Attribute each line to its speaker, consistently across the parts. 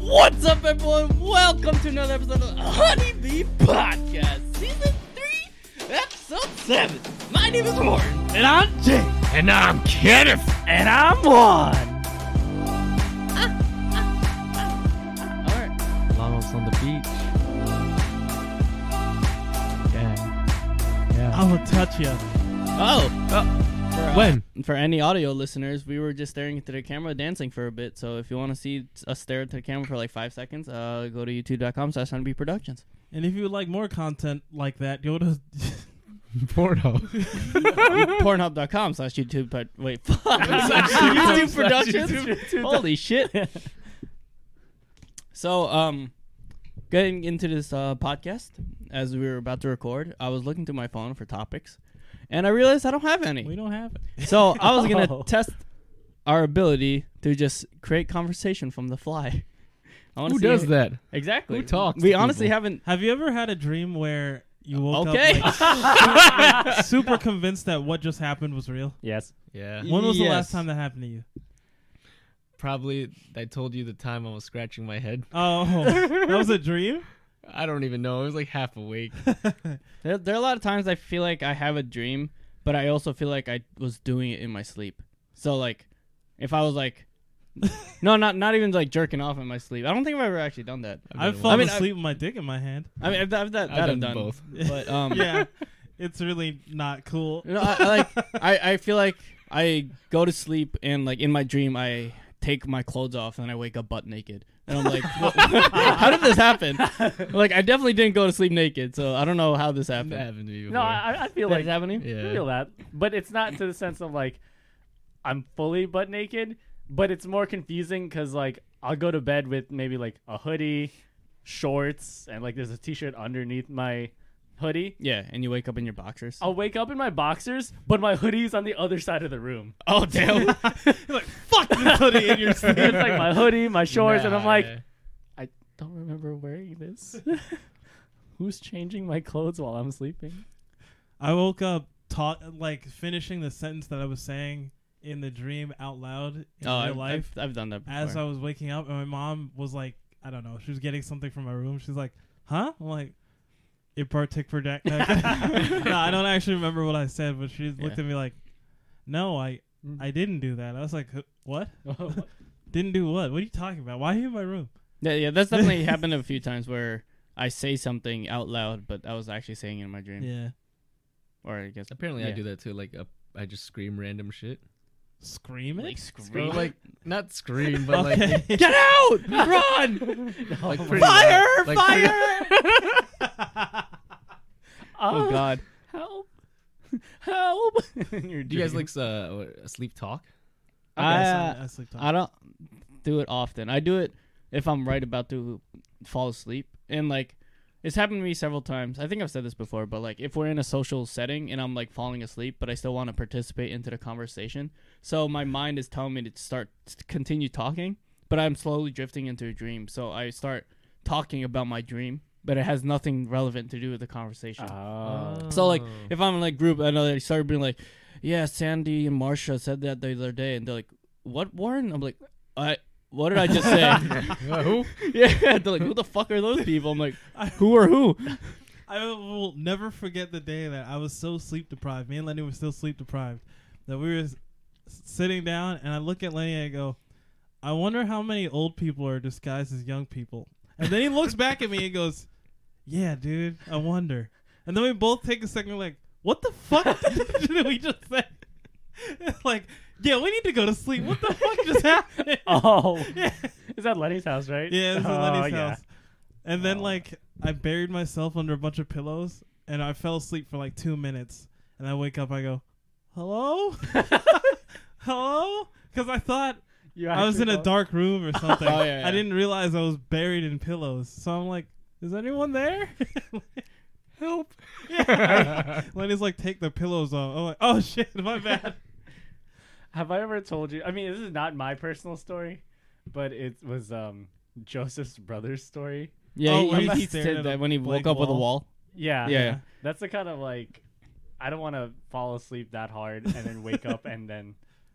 Speaker 1: What's up, everyone? Welcome to another episode of the Honeybee Podcast, Season 3, Episode 7. My name is Warren. And I'm Jake.
Speaker 2: And I'm Kenneth.
Speaker 1: And I'm one. Ah, Alright.
Speaker 2: Lalo's on the beach. Yeah.
Speaker 3: I will touch you.
Speaker 1: Oh. for, uh,
Speaker 2: When?
Speaker 1: For any audio listeners, we were just staring into the camera dancing for a bit. So if you want to see us stare into the camera for like five seconds, uh, go to youtube.com slash honeybee productions.
Speaker 3: And if you would like more content like that, go to
Speaker 2: Porno.
Speaker 1: Pornhub.com slash YouTube. But wait, fuck. YouTube Productions. Holy shit. so, um, getting into this uh, podcast as we were about to record, I was looking through my phone for topics, and I realized I don't have
Speaker 3: we
Speaker 1: any.
Speaker 3: don't have it.
Speaker 1: So I was gonna
Speaker 3: Oh.
Speaker 1: test our ability to just create conversation from the fly. I wanna
Speaker 2: Who
Speaker 1: see
Speaker 2: does
Speaker 1: if-
Speaker 2: that?
Speaker 1: Exactly.
Speaker 2: Who talks
Speaker 1: We
Speaker 2: to
Speaker 1: honestly
Speaker 2: people?
Speaker 1: haven't.
Speaker 3: Have you ever had a dream where you woke
Speaker 1: Okay.
Speaker 3: up like, super, super convinced that what just happened was real?
Speaker 4: Yes.
Speaker 2: Yeah.
Speaker 1: Yeah.
Speaker 3: When was the
Speaker 1: Yes.
Speaker 3: last time that happened to you?
Speaker 2: Probably I told you the time I was scratching my head.
Speaker 3: Oh, that was a dream.
Speaker 2: I don't even know. I was like half awake.
Speaker 1: There, there are a lot of times I feel like I have a dream, but I also feel like I was doing it in my sleep. So like, if I was like, no, not not even like jerking off in my sleep. I don't think I've ever actually done that.
Speaker 3: I've
Speaker 2: been
Speaker 3: fallen
Speaker 1: mean, I-
Speaker 3: asleep with my dick in my hand.
Speaker 1: I mean, I've, I've that, that
Speaker 2: I've
Speaker 1: I've
Speaker 2: done
Speaker 1: done
Speaker 2: both.
Speaker 1: but um,
Speaker 3: yeah, it's really not cool.
Speaker 1: You know, I, I like I, I feel like I go to sleep and like in my dream I take my clothes off and I wake up butt naked and I'm like, "What- how did this happen? Like I definitely didn't go to sleep naked, so I don't know how this
Speaker 2: That
Speaker 1: happened.
Speaker 2: happened to me before.
Speaker 4: No, I, I feel
Speaker 1: Did it
Speaker 4: like
Speaker 1: happen to you?
Speaker 2: Yeah.
Speaker 4: I feel that, but it's not to the sense of like I'm fully butt naked, but it's more confusing because like I'll go to bed with maybe like a hoodie, shorts, and like there's a t-shirt underneath my hoodie.
Speaker 1: Yeah, and you wake up in your boxers.
Speaker 4: I'll wake up in my boxers, but my hoodie's on the other side of the room.
Speaker 1: oh damn.
Speaker 3: Fuck this hoodie in your sleep.
Speaker 4: it's like my hoodie, my shorts, and I'm
Speaker 2: Nah,
Speaker 4: like,
Speaker 2: yeah.
Speaker 4: I don't remember wearing this. Who's changing my clothes while I'm sleeping?
Speaker 3: I woke up ta- like finishing the sentence that I was saying in the dream out loud
Speaker 1: oh,
Speaker 3: in real
Speaker 1: I've,
Speaker 3: life.
Speaker 1: I've, I've done that before.
Speaker 3: as I was waking up, and my mom was like, I don't know, she was getting something from my room. She's like, "Huh?" I'm like, "It partic for deck." no, I don't actually remember what I said, but she looked
Speaker 1: Yeah.
Speaker 3: at me like, "No, I, I didn't do that." I was like, "Huh, "What? Didn't do what? What are you talking about? Why are you in my room?"
Speaker 1: yeah, yeah, that's definitely happened a few times where I say something out loud, but I was actually saying it in my dream.
Speaker 3: Yeah,
Speaker 1: Or I guess
Speaker 2: Apparently, I
Speaker 1: Yeah.
Speaker 2: do that too. Like, uh, I just scream random shit.
Speaker 3: scream it.
Speaker 1: like
Speaker 2: Or,
Speaker 1: scream
Speaker 2: like, not scream, but like,
Speaker 3: okay.
Speaker 1: Get out! Run!
Speaker 2: like
Speaker 4: No.
Speaker 2: pretty
Speaker 1: Fire!
Speaker 2: loud- like, pretty-
Speaker 1: fire! oh god.
Speaker 4: Help! Help!
Speaker 2: Do you guys like uh, what, sleep talk?
Speaker 3: I,
Speaker 1: I, uh,
Speaker 3: sleep- I sleep
Speaker 1: I don't do it often. I do it if I'm right about to fall asleep. And like it's happened to me several times. I think I've said this before, but like if we're in a social setting and I'm like falling asleep, but I still want to participate into the conversation. So my mind is telling me to start to continue talking, but I'm slowly drifting into a dream. So I start talking about my dream, but it has nothing relevant to do with the conversation.
Speaker 4: Oh.
Speaker 1: So like
Speaker 2: Oh.
Speaker 1: if I'm in like group and I start being like, yeah, Sandy and Marsha said that the other day, and they're like, what Warren? I'm like, I what did I just say?
Speaker 2: Uh, who?
Speaker 1: yeah, they're like, who the fuck are those people? I'm like, who are who?
Speaker 3: I will never forget the day that I was so sleep deprived. Me and Lenny were still sleep deprived that we were s- sitting down, and I look at Lenny and I go, "I wonder how many old people are disguised as young people." And then he looks back at me and goes, "Yeah, dude, I wonder." And then we both take a second, like, "What the fuck did we just say?" like, yeah, we need to go to sleep. What the fuck just happened?
Speaker 4: Oh,
Speaker 3: Yeah.
Speaker 4: is that Lenny's house, right?
Speaker 3: Yeah, this is
Speaker 4: oh,
Speaker 3: Lenny's
Speaker 4: yeah.
Speaker 3: house. And then
Speaker 4: Oh.
Speaker 3: like I buried myself under a bunch of pillows and I fell asleep for like two minutes. And I wake up, I go, "Hello, hello," because I thought
Speaker 4: You
Speaker 3: I was in
Speaker 4: actually
Speaker 3: a
Speaker 4: thought-
Speaker 3: dark room or something.
Speaker 1: Oh, yeah, yeah.
Speaker 3: I didn't realize I was buried in pillows. So I'm like, "Is anyone there?"
Speaker 2: Help.
Speaker 3: Lenny's like, "Take the pillows off." I'm like, "Oh shit, my bad."
Speaker 4: Have I ever told you? I mean, this is not my personal story, but it was um Joseph's brother's story.
Speaker 1: Yeah,
Speaker 3: Oh,
Speaker 1: he-
Speaker 3: when
Speaker 1: he,
Speaker 3: he
Speaker 1: he
Speaker 3: stared
Speaker 1: said
Speaker 3: at
Speaker 1: that
Speaker 3: a
Speaker 1: when he woke
Speaker 3: blank
Speaker 1: up with a
Speaker 3: wall.
Speaker 1: wall.
Speaker 4: Yeah,
Speaker 1: Yeah.
Speaker 4: That's the kind of like I don't want to fall asleep that hard and then wake up and then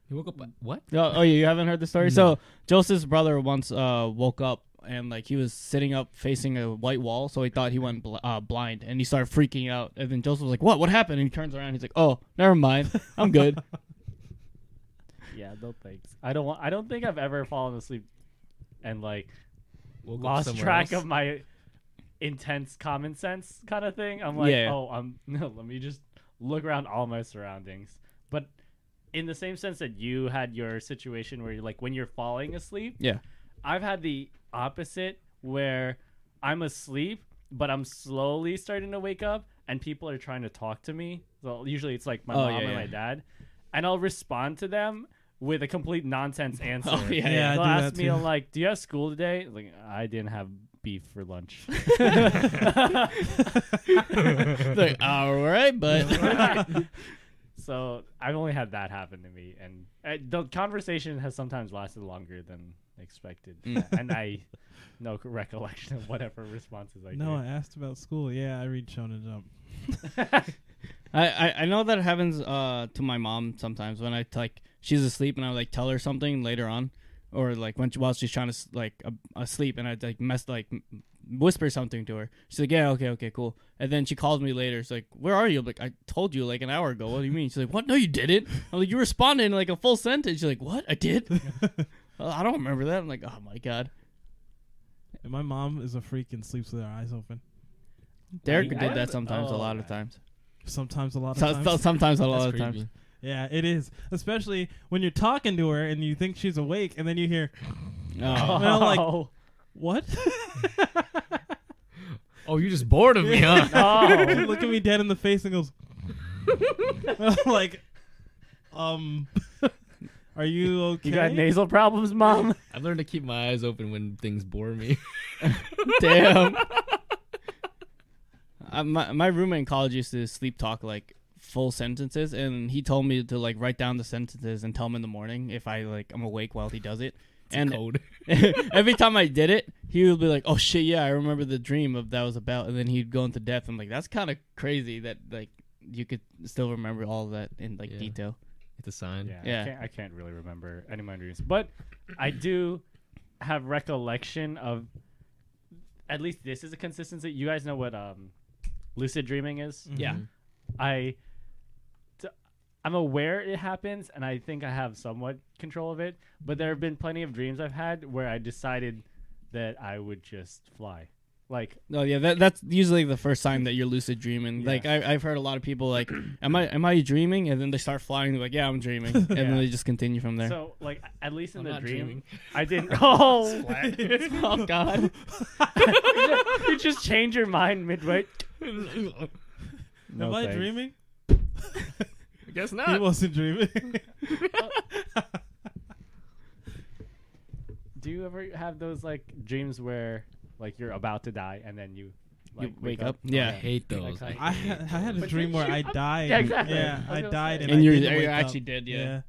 Speaker 2: He woke up. What?
Speaker 1: Oh, oh, you haven't heard the story? So Joseph's brother once uh, woke up and like he was sitting up facing a white wall, so he thought he went bl- uh, blind, and he started freaking out. And then Joseph was like, "What? What happened?" And he turns around, he's like, "Oh, never mind, I'm good."
Speaker 4: Yeah, no thanks. I don't want. I don't think I've ever fallen asleep and like
Speaker 2: Woke up
Speaker 4: lost
Speaker 2: somewhere
Speaker 4: track
Speaker 2: else?
Speaker 4: of my intense common sense kind of thing. I'm like,
Speaker 1: Yeah.
Speaker 4: oh, I'm no, let me just look around all my surroundings. But in the same sense that you had your situation where you're like when you're falling asleep,
Speaker 1: yeah,
Speaker 4: I've had the opposite where I'm asleep, but I'm slowly starting to wake up and people are trying to talk to me. So usually it's like my
Speaker 1: Oh,
Speaker 4: mom
Speaker 1: yeah,
Speaker 4: and
Speaker 1: yeah.
Speaker 4: my dad. And I'll respond to them with a complete nonsense answer.
Speaker 1: Oh, yeah,
Speaker 3: yeah. I
Speaker 4: They'll
Speaker 3: do
Speaker 4: ask
Speaker 3: that
Speaker 4: me
Speaker 3: too.
Speaker 4: like, Do you have school today? Like I didn't have beef for lunch.
Speaker 1: like all right, but
Speaker 4: so I've only had that happen to me and uh, the conversation has sometimes lasted longer than expected.
Speaker 3: Mm.
Speaker 4: and I no recollection of whatever responses I
Speaker 3: no,
Speaker 4: gave.
Speaker 3: I asked about school. Yeah, I read Shonen Jump.
Speaker 1: I, I I know that happens uh to my mom sometimes when I like she's asleep and I like tell her something later on, or like when she, while she's trying to s- like a- asleep and I like mess like m- whisper something to her. She's like, yeah, okay, okay, cool. And then she calls me later. She's like, where are you? I'm like, I told you like an hour ago. What do you mean? She's like, what? No, you didn't. I'm like, you responded in like a full sentence. She's like, what? I did. "Uh, I don't remember that. I'm like, oh my god.
Speaker 3: And my mom is a freak and sleeps with her eyes open.
Speaker 1: Derek
Speaker 4: Wait,
Speaker 1: did
Speaker 4: what?
Speaker 1: that sometimes, a
Speaker 4: Oh,
Speaker 1: lot of
Speaker 4: okay.
Speaker 1: times.
Speaker 3: Sometimes a lot of
Speaker 1: So-
Speaker 3: times.
Speaker 1: so- sometimes a
Speaker 2: That's
Speaker 1: lot of
Speaker 2: creepy.
Speaker 1: times.
Speaker 3: yeah, it is. Especially when you're talking to her and you think she's awake, and then you hear
Speaker 1: Oh.
Speaker 3: No, like- what?
Speaker 2: Oh, you're just bored of me, huh?
Speaker 3: She
Speaker 4: oh,
Speaker 3: look at me dead in the face and goes, I'm like, um, are you okay?
Speaker 4: you got nasal problems, mom?
Speaker 2: I've learned to keep my eyes open when things bore me.
Speaker 1: Damn. uh, my my roommate in college used to sleep talk like full sentences, and he told me to like write down the sentences and tell him in the morning if I like I'm awake while he does it. and
Speaker 2: Code.
Speaker 1: every time I did it, he would be like, "Oh shit, yeah, I remember the dream of that was about," and then he'd go into depth. I'm like, that's kind of crazy that like you could still remember all of that in like
Speaker 2: Yeah.
Speaker 1: detail.
Speaker 2: It's a sign.
Speaker 4: Yeah,
Speaker 1: Yeah.
Speaker 4: I, can't, I can't really remember any of my dreams, but I do have recollection of at least this is a consistency. You guys know what um, lucid dreaming is.
Speaker 2: Mm-hmm.
Speaker 1: Yeah.
Speaker 4: I t- I'm aware it happens and I think I have somewhat control of it, but there have been plenty of dreams I've had where I decided that I would just fly. Like
Speaker 1: No, Oh, yeah, that, that's usually the first sign that you're lucid dreaming. Like I, I've heard a lot of people like, "Am I am I dreaming?" And then they start flying. They're like, "Yeah, I'm dreaming," and then
Speaker 4: Yeah.
Speaker 1: they just continue from there.
Speaker 4: so like at least in
Speaker 2: I'm
Speaker 4: the
Speaker 2: not
Speaker 4: dream
Speaker 2: dreaming.
Speaker 4: I didn't Oh
Speaker 1: oh God!
Speaker 4: you just change your mind midway.
Speaker 2: I
Speaker 4: No
Speaker 3: Am I
Speaker 4: thanks.
Speaker 3: dreaming?
Speaker 2: guess
Speaker 3: He
Speaker 2: not.
Speaker 3: wasn't dreaming.
Speaker 4: Do you ever have those like dreams where like you're about to die and then you like
Speaker 1: you wake up, yeah,
Speaker 2: I hate those.
Speaker 4: Like,
Speaker 3: I, ha- I had a
Speaker 4: But
Speaker 3: dream where
Speaker 4: then you-
Speaker 3: I died.
Speaker 4: Yeah, exactly.
Speaker 3: Yeah,
Speaker 4: I was
Speaker 3: I
Speaker 4: gonna
Speaker 3: died
Speaker 4: say.
Speaker 3: and,
Speaker 1: and
Speaker 3: I
Speaker 1: you're
Speaker 3: didn't
Speaker 1: you're
Speaker 3: wake
Speaker 1: actually
Speaker 3: up.
Speaker 1: dead. Yeah.
Speaker 3: Yeah.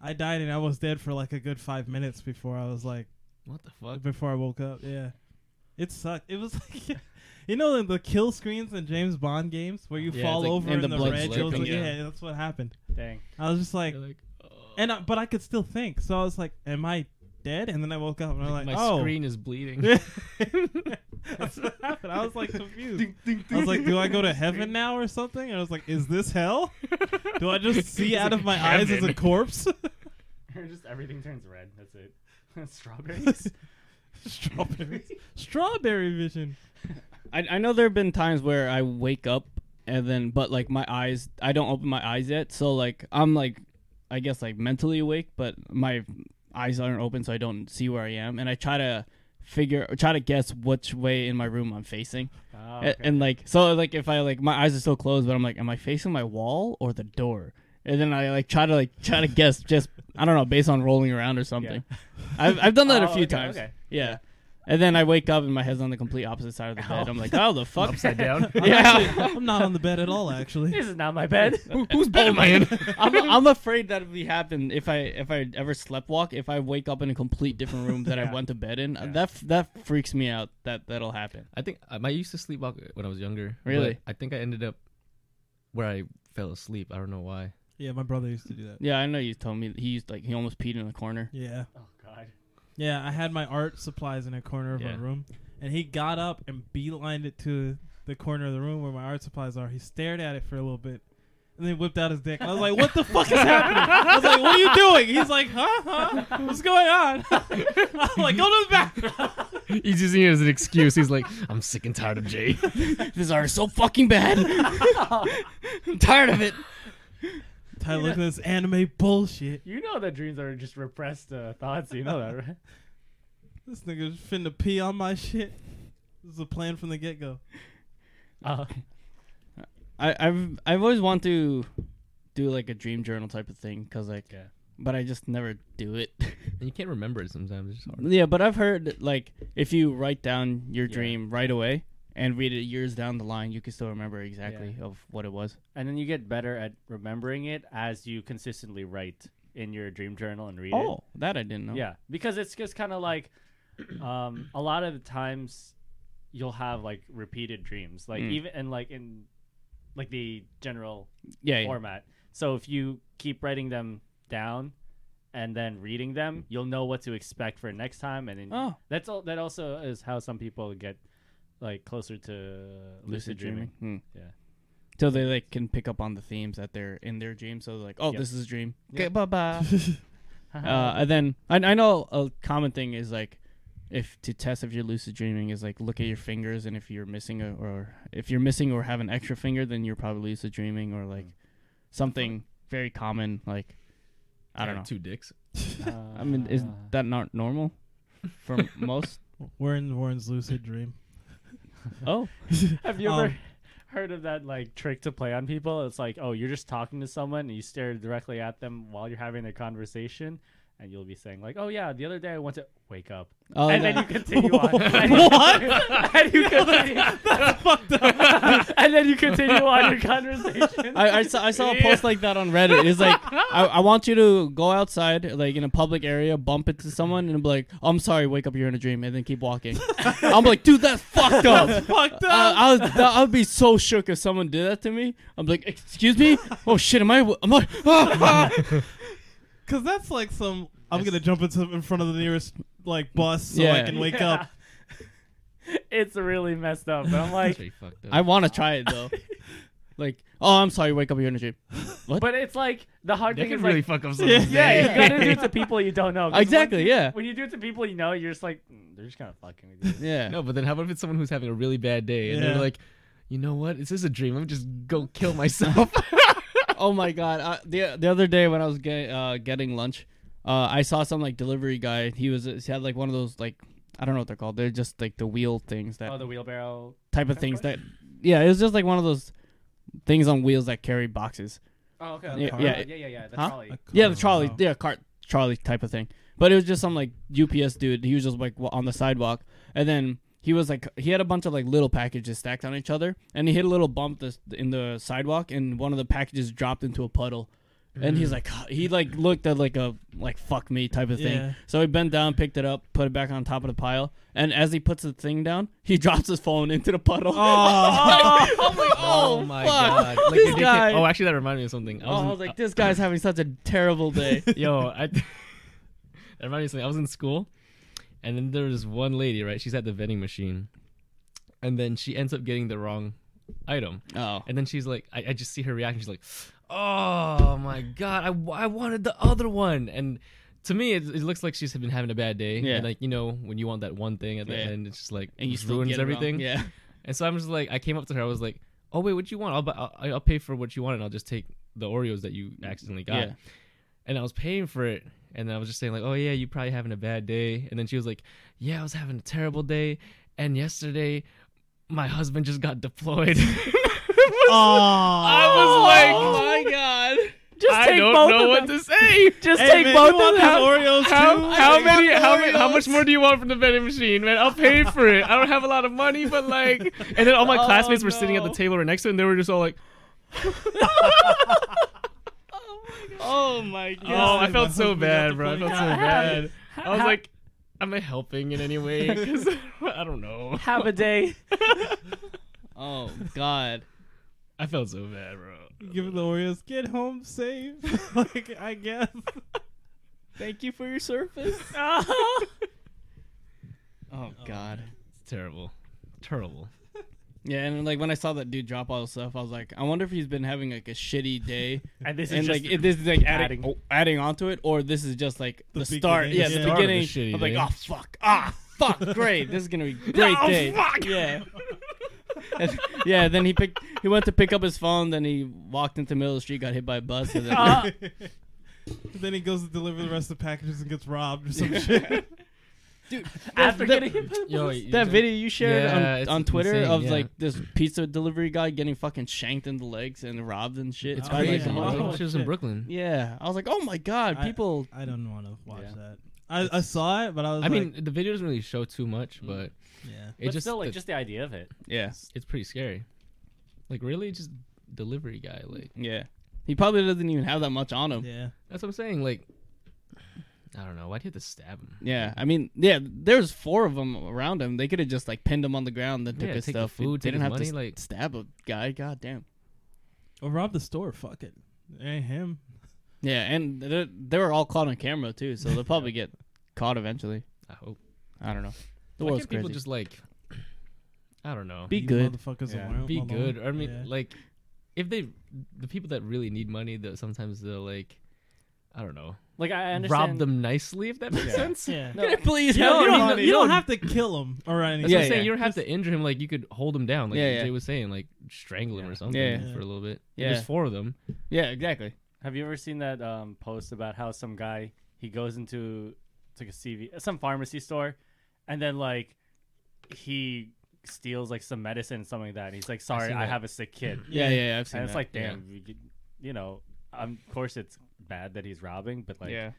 Speaker 3: I died and I was dead for like a good five minutes before I was like
Speaker 2: what the fuck?
Speaker 3: before I woke up. Yeah, it sucked. It was like, you know, the, the kill screens in James Bond games where you
Speaker 2: Yeah,
Speaker 3: fall
Speaker 2: it's like-
Speaker 3: over
Speaker 1: and
Speaker 3: and,
Speaker 1: the
Speaker 3: the,
Speaker 1: blood's
Speaker 3: red
Speaker 2: dripping,
Speaker 3: goes. Like,
Speaker 1: yeah.
Speaker 3: yeah. that's what happened.
Speaker 4: dang.
Speaker 3: I was just like,
Speaker 2: You're like, oh.
Speaker 3: and I, but I could still think, so I was like, am I dead? And then I woke up and I'm like,
Speaker 2: my
Speaker 3: oh.
Speaker 2: screen is bleeding.
Speaker 3: That's what happened. I was like confused. I was like, do I go to heaven now or something? And I was like, is this hell? Do I just see
Speaker 2: It's
Speaker 3: out
Speaker 2: like
Speaker 3: of my eyes as a
Speaker 2: heaven.
Speaker 3: corpse?
Speaker 4: just everything turns red. That's it. Strawberries.
Speaker 3: Strawberries. Strawberry vision.
Speaker 1: I I know there have been times where I wake up and then, but like my eyes, I don't open my eyes yet. So like I'm like, I guess like mentally awake, but my eyes aren't open, so I don't see where I am, and I try to figure, try to guess which way in my room I'm facing.
Speaker 4: Oh,
Speaker 1: A-
Speaker 4: okay.
Speaker 1: And, like so like if I like my eyes are still closed, but I'm like, am I facing my wall or the door? And then I like try to like try to guess just I don't know based on rolling around or something. I've I've done that a
Speaker 4: Oh,
Speaker 1: few
Speaker 4: okay,
Speaker 1: times.
Speaker 4: okay.
Speaker 1: Yeah. And then I wake up and my head's on the complete opposite side of the bed. I'm like, oh the fuck.
Speaker 2: Upside down.
Speaker 1: yeah.
Speaker 3: I'm not on the bed at all, actually.
Speaker 4: This is not my bed.
Speaker 2: Who, whose bed am I in?
Speaker 1: I'm, I'm afraid that would be happen if I if I ever sleptwalk if I wake up in a complete different room that I
Speaker 4: Yeah.
Speaker 1: went to bed in.
Speaker 4: Yeah.
Speaker 1: That that freaks me out. That that'll happen.
Speaker 2: I think um, I used to sleepwalk when I was younger. but
Speaker 1: Really?
Speaker 2: I think I ended up where I fell asleep. I don't know why.
Speaker 3: Yeah, my brother used to do that.
Speaker 1: Yeah, I know you told me that he used like he almost peed in the corner.
Speaker 3: Yeah.
Speaker 4: Oh God.
Speaker 3: Yeah, I had my art supplies in a corner of my
Speaker 2: Yeah.
Speaker 3: room, and he got up and beelined it to the corner of the room where my art supplies are. He stared at it for a little bit, and then whipped out his dick. And I was like, "What the fuck is happening?" I was like, "What are you doing?" He's like, "Huh? huh? What's going on?" I'm like, "Go to the bathroom."
Speaker 2: He's using it as an excuse. He's like, I'm sick and tired of Jay.
Speaker 1: This art is so fucking bad. I'm tired of it.
Speaker 3: Ty, look at this anime bullshit.
Speaker 4: You know that dreams are just repressed uh, thoughts. You know that, right?
Speaker 3: This nigga's finna pee on my shit. This is a plan from the get go.
Speaker 4: Uh,
Speaker 1: I, I've I've always wanted to do like a dream journal type of thing, cause like,
Speaker 4: Yeah.
Speaker 1: but I just never do it.
Speaker 2: And you can't remember it sometimes. It's hard.
Speaker 1: yeah, but I've heard like if you write down your
Speaker 4: Yeah.
Speaker 1: dream right away and read it years down the line, you can still remember exactly of what it was.
Speaker 4: and then you get better at remembering it as you consistently write in your dream journal and read it.
Speaker 1: Oh, that I didn't know.
Speaker 4: Yeah, because it's just kind of like um, a lot of the times you'll have like repeated dreams, like
Speaker 1: Mm.
Speaker 4: even and like in like the general
Speaker 1: yeah, yeah.
Speaker 4: format. So if you keep writing them down and then reading them, you'll know what to expect for next time, and then
Speaker 1: Oh,
Speaker 4: that's all. That also is how some people get like closer to lucid,
Speaker 1: lucid
Speaker 4: dreaming.
Speaker 1: dreaming. Hmm.
Speaker 4: Yeah.
Speaker 1: So they like can pick up on the themes that they're in their dream. So like, oh,
Speaker 4: Yep.
Speaker 1: this is a dream.
Speaker 4: Yep.
Speaker 1: Okay, bye bye. uh, and then I, I know a common thing is like if to test if you're lucid dreaming is like look at your fingers and if you're missing a, or if you're missing or have an extra finger then you're probably lucid dreaming or like something very common like I don't know.
Speaker 2: Two dicks.
Speaker 1: I mean, is
Speaker 4: Uh,
Speaker 1: that not normal for most?
Speaker 3: We're in Warren's lucid dream.
Speaker 1: Oh,
Speaker 4: Have you
Speaker 3: Um,
Speaker 4: ever heard of that like trick to play on people? It's like, oh, you're just talking to someone and you stare directly at them while you're having their conversation, and you'll be saying like, oh yeah, the other day I went to wake up,
Speaker 1: oh,
Speaker 4: and
Speaker 1: that-
Speaker 4: then you continue on. And you- and you continue. That's fucked up. and then you continue on your conversation.
Speaker 1: I, I saw I saw a post like that on Reddit. It's like I, I want you to go outside, like in a public area, bump into someone, and be like, "I'm sorry, wake up, you're in a dream," and then keep walking. I'm like, dude, that's fucked up.
Speaker 3: Fucked
Speaker 1: Uh, I was that, I'd be so shook if someone did that to me. I'm like, excuse me? Oh shit, am I? w- Am I? Ah, ah."
Speaker 3: Cause that's like some. I'm gonna jump into in front of the nearest like bus so I
Speaker 1: Yeah.
Speaker 3: can wake up.
Speaker 4: It's really messed up. But I'm
Speaker 2: That's
Speaker 4: like,
Speaker 2: pretty fucked up.
Speaker 1: I want to try it though. Like, oh, I'm sorry, wake up, you're in a dream.
Speaker 4: but it's like the hard
Speaker 2: that
Speaker 4: thing
Speaker 2: can
Speaker 4: is
Speaker 2: really
Speaker 4: like.
Speaker 2: fuck up
Speaker 4: Yeah,
Speaker 2: someone's
Speaker 4: yeah, you
Speaker 2: day.
Speaker 4: gotta do it to people you don't know. 'cause when-
Speaker 1: Exactly, yeah,
Speaker 4: When you do it to people you know, you're just like, "Mm, they're just kind of fucking with you.
Speaker 1: yeah.
Speaker 2: No, but then how about if it's someone who's having a really bad day and they're
Speaker 3: Yeah.
Speaker 2: like, you know what? This is a dream. I'm just go kill myself.
Speaker 1: Oh my god! Uh, the the other day when I was get, uh, getting lunch, uh, I saw some like delivery guy. He was he had like one of those like I don't know what they're called. They're just like the wheel things that
Speaker 4: Oh, the wheelbarrow.
Speaker 1: type of things that yeah. It was just like one of those things on wheels that carry boxes.
Speaker 4: Oh, okay.
Speaker 1: Yeah,
Speaker 4: okay.
Speaker 1: yeah,
Speaker 4: yeah,
Speaker 1: it-
Speaker 4: yeah, yeah, yeah. The
Speaker 1: Huh?
Speaker 4: trolley.
Speaker 1: Yeah, the trolley. Yeah, cart trolley type of thing. But it was just some like UPS dude. He was just like wa- on the sidewalk, and then he was like he had a bunch of like little packages stacked on each other, and he hit a little bump this, in the sidewalk, and one of the packages dropped into a puddle. And he's like, he like looked at like a like fuck me type of thing.
Speaker 3: Yeah.
Speaker 1: So he bent down, picked it up, put it back on top of the pile, and as he puts the thing down, he drops his phone into the puddle.
Speaker 3: Oh.
Speaker 1: I'm like, oh,
Speaker 2: my
Speaker 1: fuck.
Speaker 2: god! Like,
Speaker 1: this
Speaker 2: they did-
Speaker 1: guy.
Speaker 2: Oh, actually, that reminded me of something. I
Speaker 1: Oh,
Speaker 2: was in-
Speaker 1: I was like, this guy's having such a terrible day.
Speaker 2: Yo, I that reminded me of something. I was in school, and then there was one lady, right? She's at the vending machine, and then she ends up getting the wrong item,
Speaker 1: oh,
Speaker 2: and then she's like, I, I just see her reaction. She's like, "Oh my god, I, w- I wanted the other one," and to me, it, it looks like she's been having a bad day.
Speaker 1: Yeah.
Speaker 2: And like you know, when you want that one thing at the
Speaker 1: Yeah.
Speaker 2: end, it's just like
Speaker 1: and you
Speaker 2: just
Speaker 1: still
Speaker 2: ruins
Speaker 1: get it wrong.
Speaker 2: everything.
Speaker 1: Yeah.
Speaker 2: And so I'm just like, I came up to her. I was like, "Oh wait, what you want? I'll buy, I'll, I'll pay for what you want, and I'll just take the Oreos that you
Speaker 4: Mm.
Speaker 2: accidentally got."
Speaker 1: Yeah.
Speaker 2: And I was paying for it, and I was just saying like, "Oh yeah, you probably having a bad day." And then she was like, "Yeah, I was having a terrible day, and yesterday, my husband just got deployed."
Speaker 3: Oh,
Speaker 2: I was like,
Speaker 1: Oh my god.
Speaker 4: Just
Speaker 2: I
Speaker 4: take
Speaker 2: don't
Speaker 4: both
Speaker 2: know
Speaker 4: of
Speaker 2: what
Speaker 4: them.
Speaker 2: to say.
Speaker 4: Just
Speaker 3: Hey,
Speaker 4: take
Speaker 3: man,
Speaker 4: both
Speaker 3: you want
Speaker 4: of
Speaker 3: those
Speaker 4: them.
Speaker 3: Oreos
Speaker 2: How,
Speaker 3: too?
Speaker 2: how
Speaker 1: I got
Speaker 2: many? How many? How
Speaker 1: Oreos.
Speaker 2: much more do you want from the vending machine, man? I'll pay for it. I don't have a lot of money, but like, and then all my
Speaker 1: Oh,
Speaker 2: classmates were sitting at the
Speaker 1: no.
Speaker 2: table right next to, it, and they were just all like,
Speaker 1: Oh my god.
Speaker 2: "Oh, I
Speaker 3: my
Speaker 2: felt so
Speaker 3: husband got
Speaker 2: bad, bro. I
Speaker 3: deployed."
Speaker 2: felt so
Speaker 4: Oh,
Speaker 2: bad." I was like, "Am I helping in any way?" 'Cause I don't know.
Speaker 4: have a day.
Speaker 1: Oh god.
Speaker 2: I felt so bad, bro.
Speaker 3: Give it the Oreos. Get home safe. like I guess.
Speaker 1: Thank you for your service. oh God.
Speaker 2: It's terrible. Terrible.
Speaker 1: Yeah, and like when I saw that dude drop all the stuff, I was like, I wonder if he's been having like a shitty day,
Speaker 4: and this
Speaker 1: and
Speaker 4: is
Speaker 1: like
Speaker 4: just
Speaker 1: if this is like adding
Speaker 4: adding.
Speaker 1: oh, adding onto it, or this is just like the,
Speaker 3: The
Speaker 1: start.
Speaker 3: beginning.
Speaker 1: Yeah,
Speaker 3: The
Speaker 1: the
Speaker 2: start of the
Speaker 1: beginning.
Speaker 2: shitty
Speaker 1: I'm like,
Speaker 2: day.
Speaker 1: oh fuck, ah fuck, great. This is gonna be a great
Speaker 2: Oh,
Speaker 1: day.
Speaker 2: fuck!
Speaker 1: Yeah. And- yeah. Then he picked. He went to pick up his phone. Then he walked into the middle of the street, got hit by a bus. And then,
Speaker 4: Ah.
Speaker 3: then he goes to deliver the rest of the packages and gets robbed or some shit.
Speaker 1: dude,
Speaker 4: After
Speaker 1: that-
Speaker 4: getting hit by a
Speaker 2: Yo,
Speaker 1: that
Speaker 2: you just-
Speaker 1: video you shared
Speaker 2: Yeah,
Speaker 1: on,
Speaker 2: it's
Speaker 1: on Twitter
Speaker 2: insane,
Speaker 1: of
Speaker 2: yeah.
Speaker 1: like this pizza delivery guy getting fucking shanked in the legs and robbed and shit.
Speaker 2: It's
Speaker 3: Oh,
Speaker 1: by, like,
Speaker 2: crazy.
Speaker 1: the
Speaker 3: yeah.
Speaker 1: whole-
Speaker 3: Oh,
Speaker 2: She was in
Speaker 3: shit.
Speaker 2: Brooklyn.
Speaker 1: Yeah, I was like, oh my god,
Speaker 3: I-
Speaker 1: people.
Speaker 3: I don't want to watch
Speaker 1: Yeah.
Speaker 3: that. I, I saw it, but I was
Speaker 2: I
Speaker 3: like,
Speaker 2: mean, the video doesn't really show too much,
Speaker 1: Mm.
Speaker 2: but
Speaker 3: yeah.
Speaker 2: it
Speaker 4: but
Speaker 2: just,
Speaker 4: still, like
Speaker 2: the-
Speaker 4: just the idea of it.
Speaker 1: Yeah,
Speaker 2: it's pretty scary. Like really, just delivery guy. Like
Speaker 1: yeah. He probably doesn't even have that much on him. Yeah,
Speaker 3: Yeah.
Speaker 2: that's what I'm saying. Like I don't know. Why'd you have to stab him?
Speaker 1: I mean, yeah, there's four of them around him. They could have just like pinned him on the ground, then took
Speaker 2: Yeah,
Speaker 1: his
Speaker 2: take the
Speaker 1: stuff.
Speaker 2: food,
Speaker 1: they
Speaker 2: take
Speaker 1: didn't have
Speaker 2: his
Speaker 1: to
Speaker 2: money,
Speaker 1: s- stab a guy. God damn.
Speaker 3: Or rob the store. Fuck it. it ain't him.
Speaker 1: Yeah, and they they were all caught on camera too, so they'll probably get caught eventually.
Speaker 2: I hope.
Speaker 1: I don't know. The
Speaker 2: Why
Speaker 1: world's
Speaker 2: can't people
Speaker 1: crazy.
Speaker 2: just like? I don't know.
Speaker 1: Be
Speaker 3: You
Speaker 1: good.
Speaker 3: Motherfuckers
Speaker 4: Yeah.
Speaker 3: alone-
Speaker 2: be
Speaker 3: alone.
Speaker 2: good. Or, I mean,
Speaker 3: Yeah.
Speaker 2: like, if they, the people that really need money, that sometimes they'll like, I don't know,
Speaker 4: Like I I understand.
Speaker 2: rob them nicely if that makes
Speaker 4: Yeah.
Speaker 2: sense.
Speaker 3: Yeah.
Speaker 1: Can I please
Speaker 3: You
Speaker 1: help
Speaker 3: don't- you
Speaker 1: me?
Speaker 3: don't, you don't
Speaker 1: have.
Speaker 3: have to kill him or anything.
Speaker 2: That's
Speaker 1: Yeah,
Speaker 2: what I'm saying.
Speaker 1: yeah.
Speaker 2: You don't have to injure him. Like you could hold him down, like
Speaker 1: Yeah,
Speaker 2: Jay
Speaker 1: yeah.
Speaker 2: was saying, like strangle him
Speaker 4: Yeah.
Speaker 2: or something
Speaker 1: Yeah.
Speaker 2: for a little bit.
Speaker 1: Yeah.
Speaker 2: Yeah, there's four of them.
Speaker 1: Yeah, exactly.
Speaker 4: Have you ever seen that um, post about how some guy he goes into it's like a CV some pharmacy store, and then like he steals like some medicine and something like that. And he's like, "Sorry,
Speaker 2: seen
Speaker 4: I
Speaker 2: that.
Speaker 4: have a sick kid,"
Speaker 1: Yeah, yeah, yeah I've seen
Speaker 4: and it's
Speaker 1: that.
Speaker 4: like,
Speaker 2: yeah.
Speaker 4: "Damn, you, could- you know." Um, of course, it's bad that he's robbing, but like,
Speaker 1: yeah.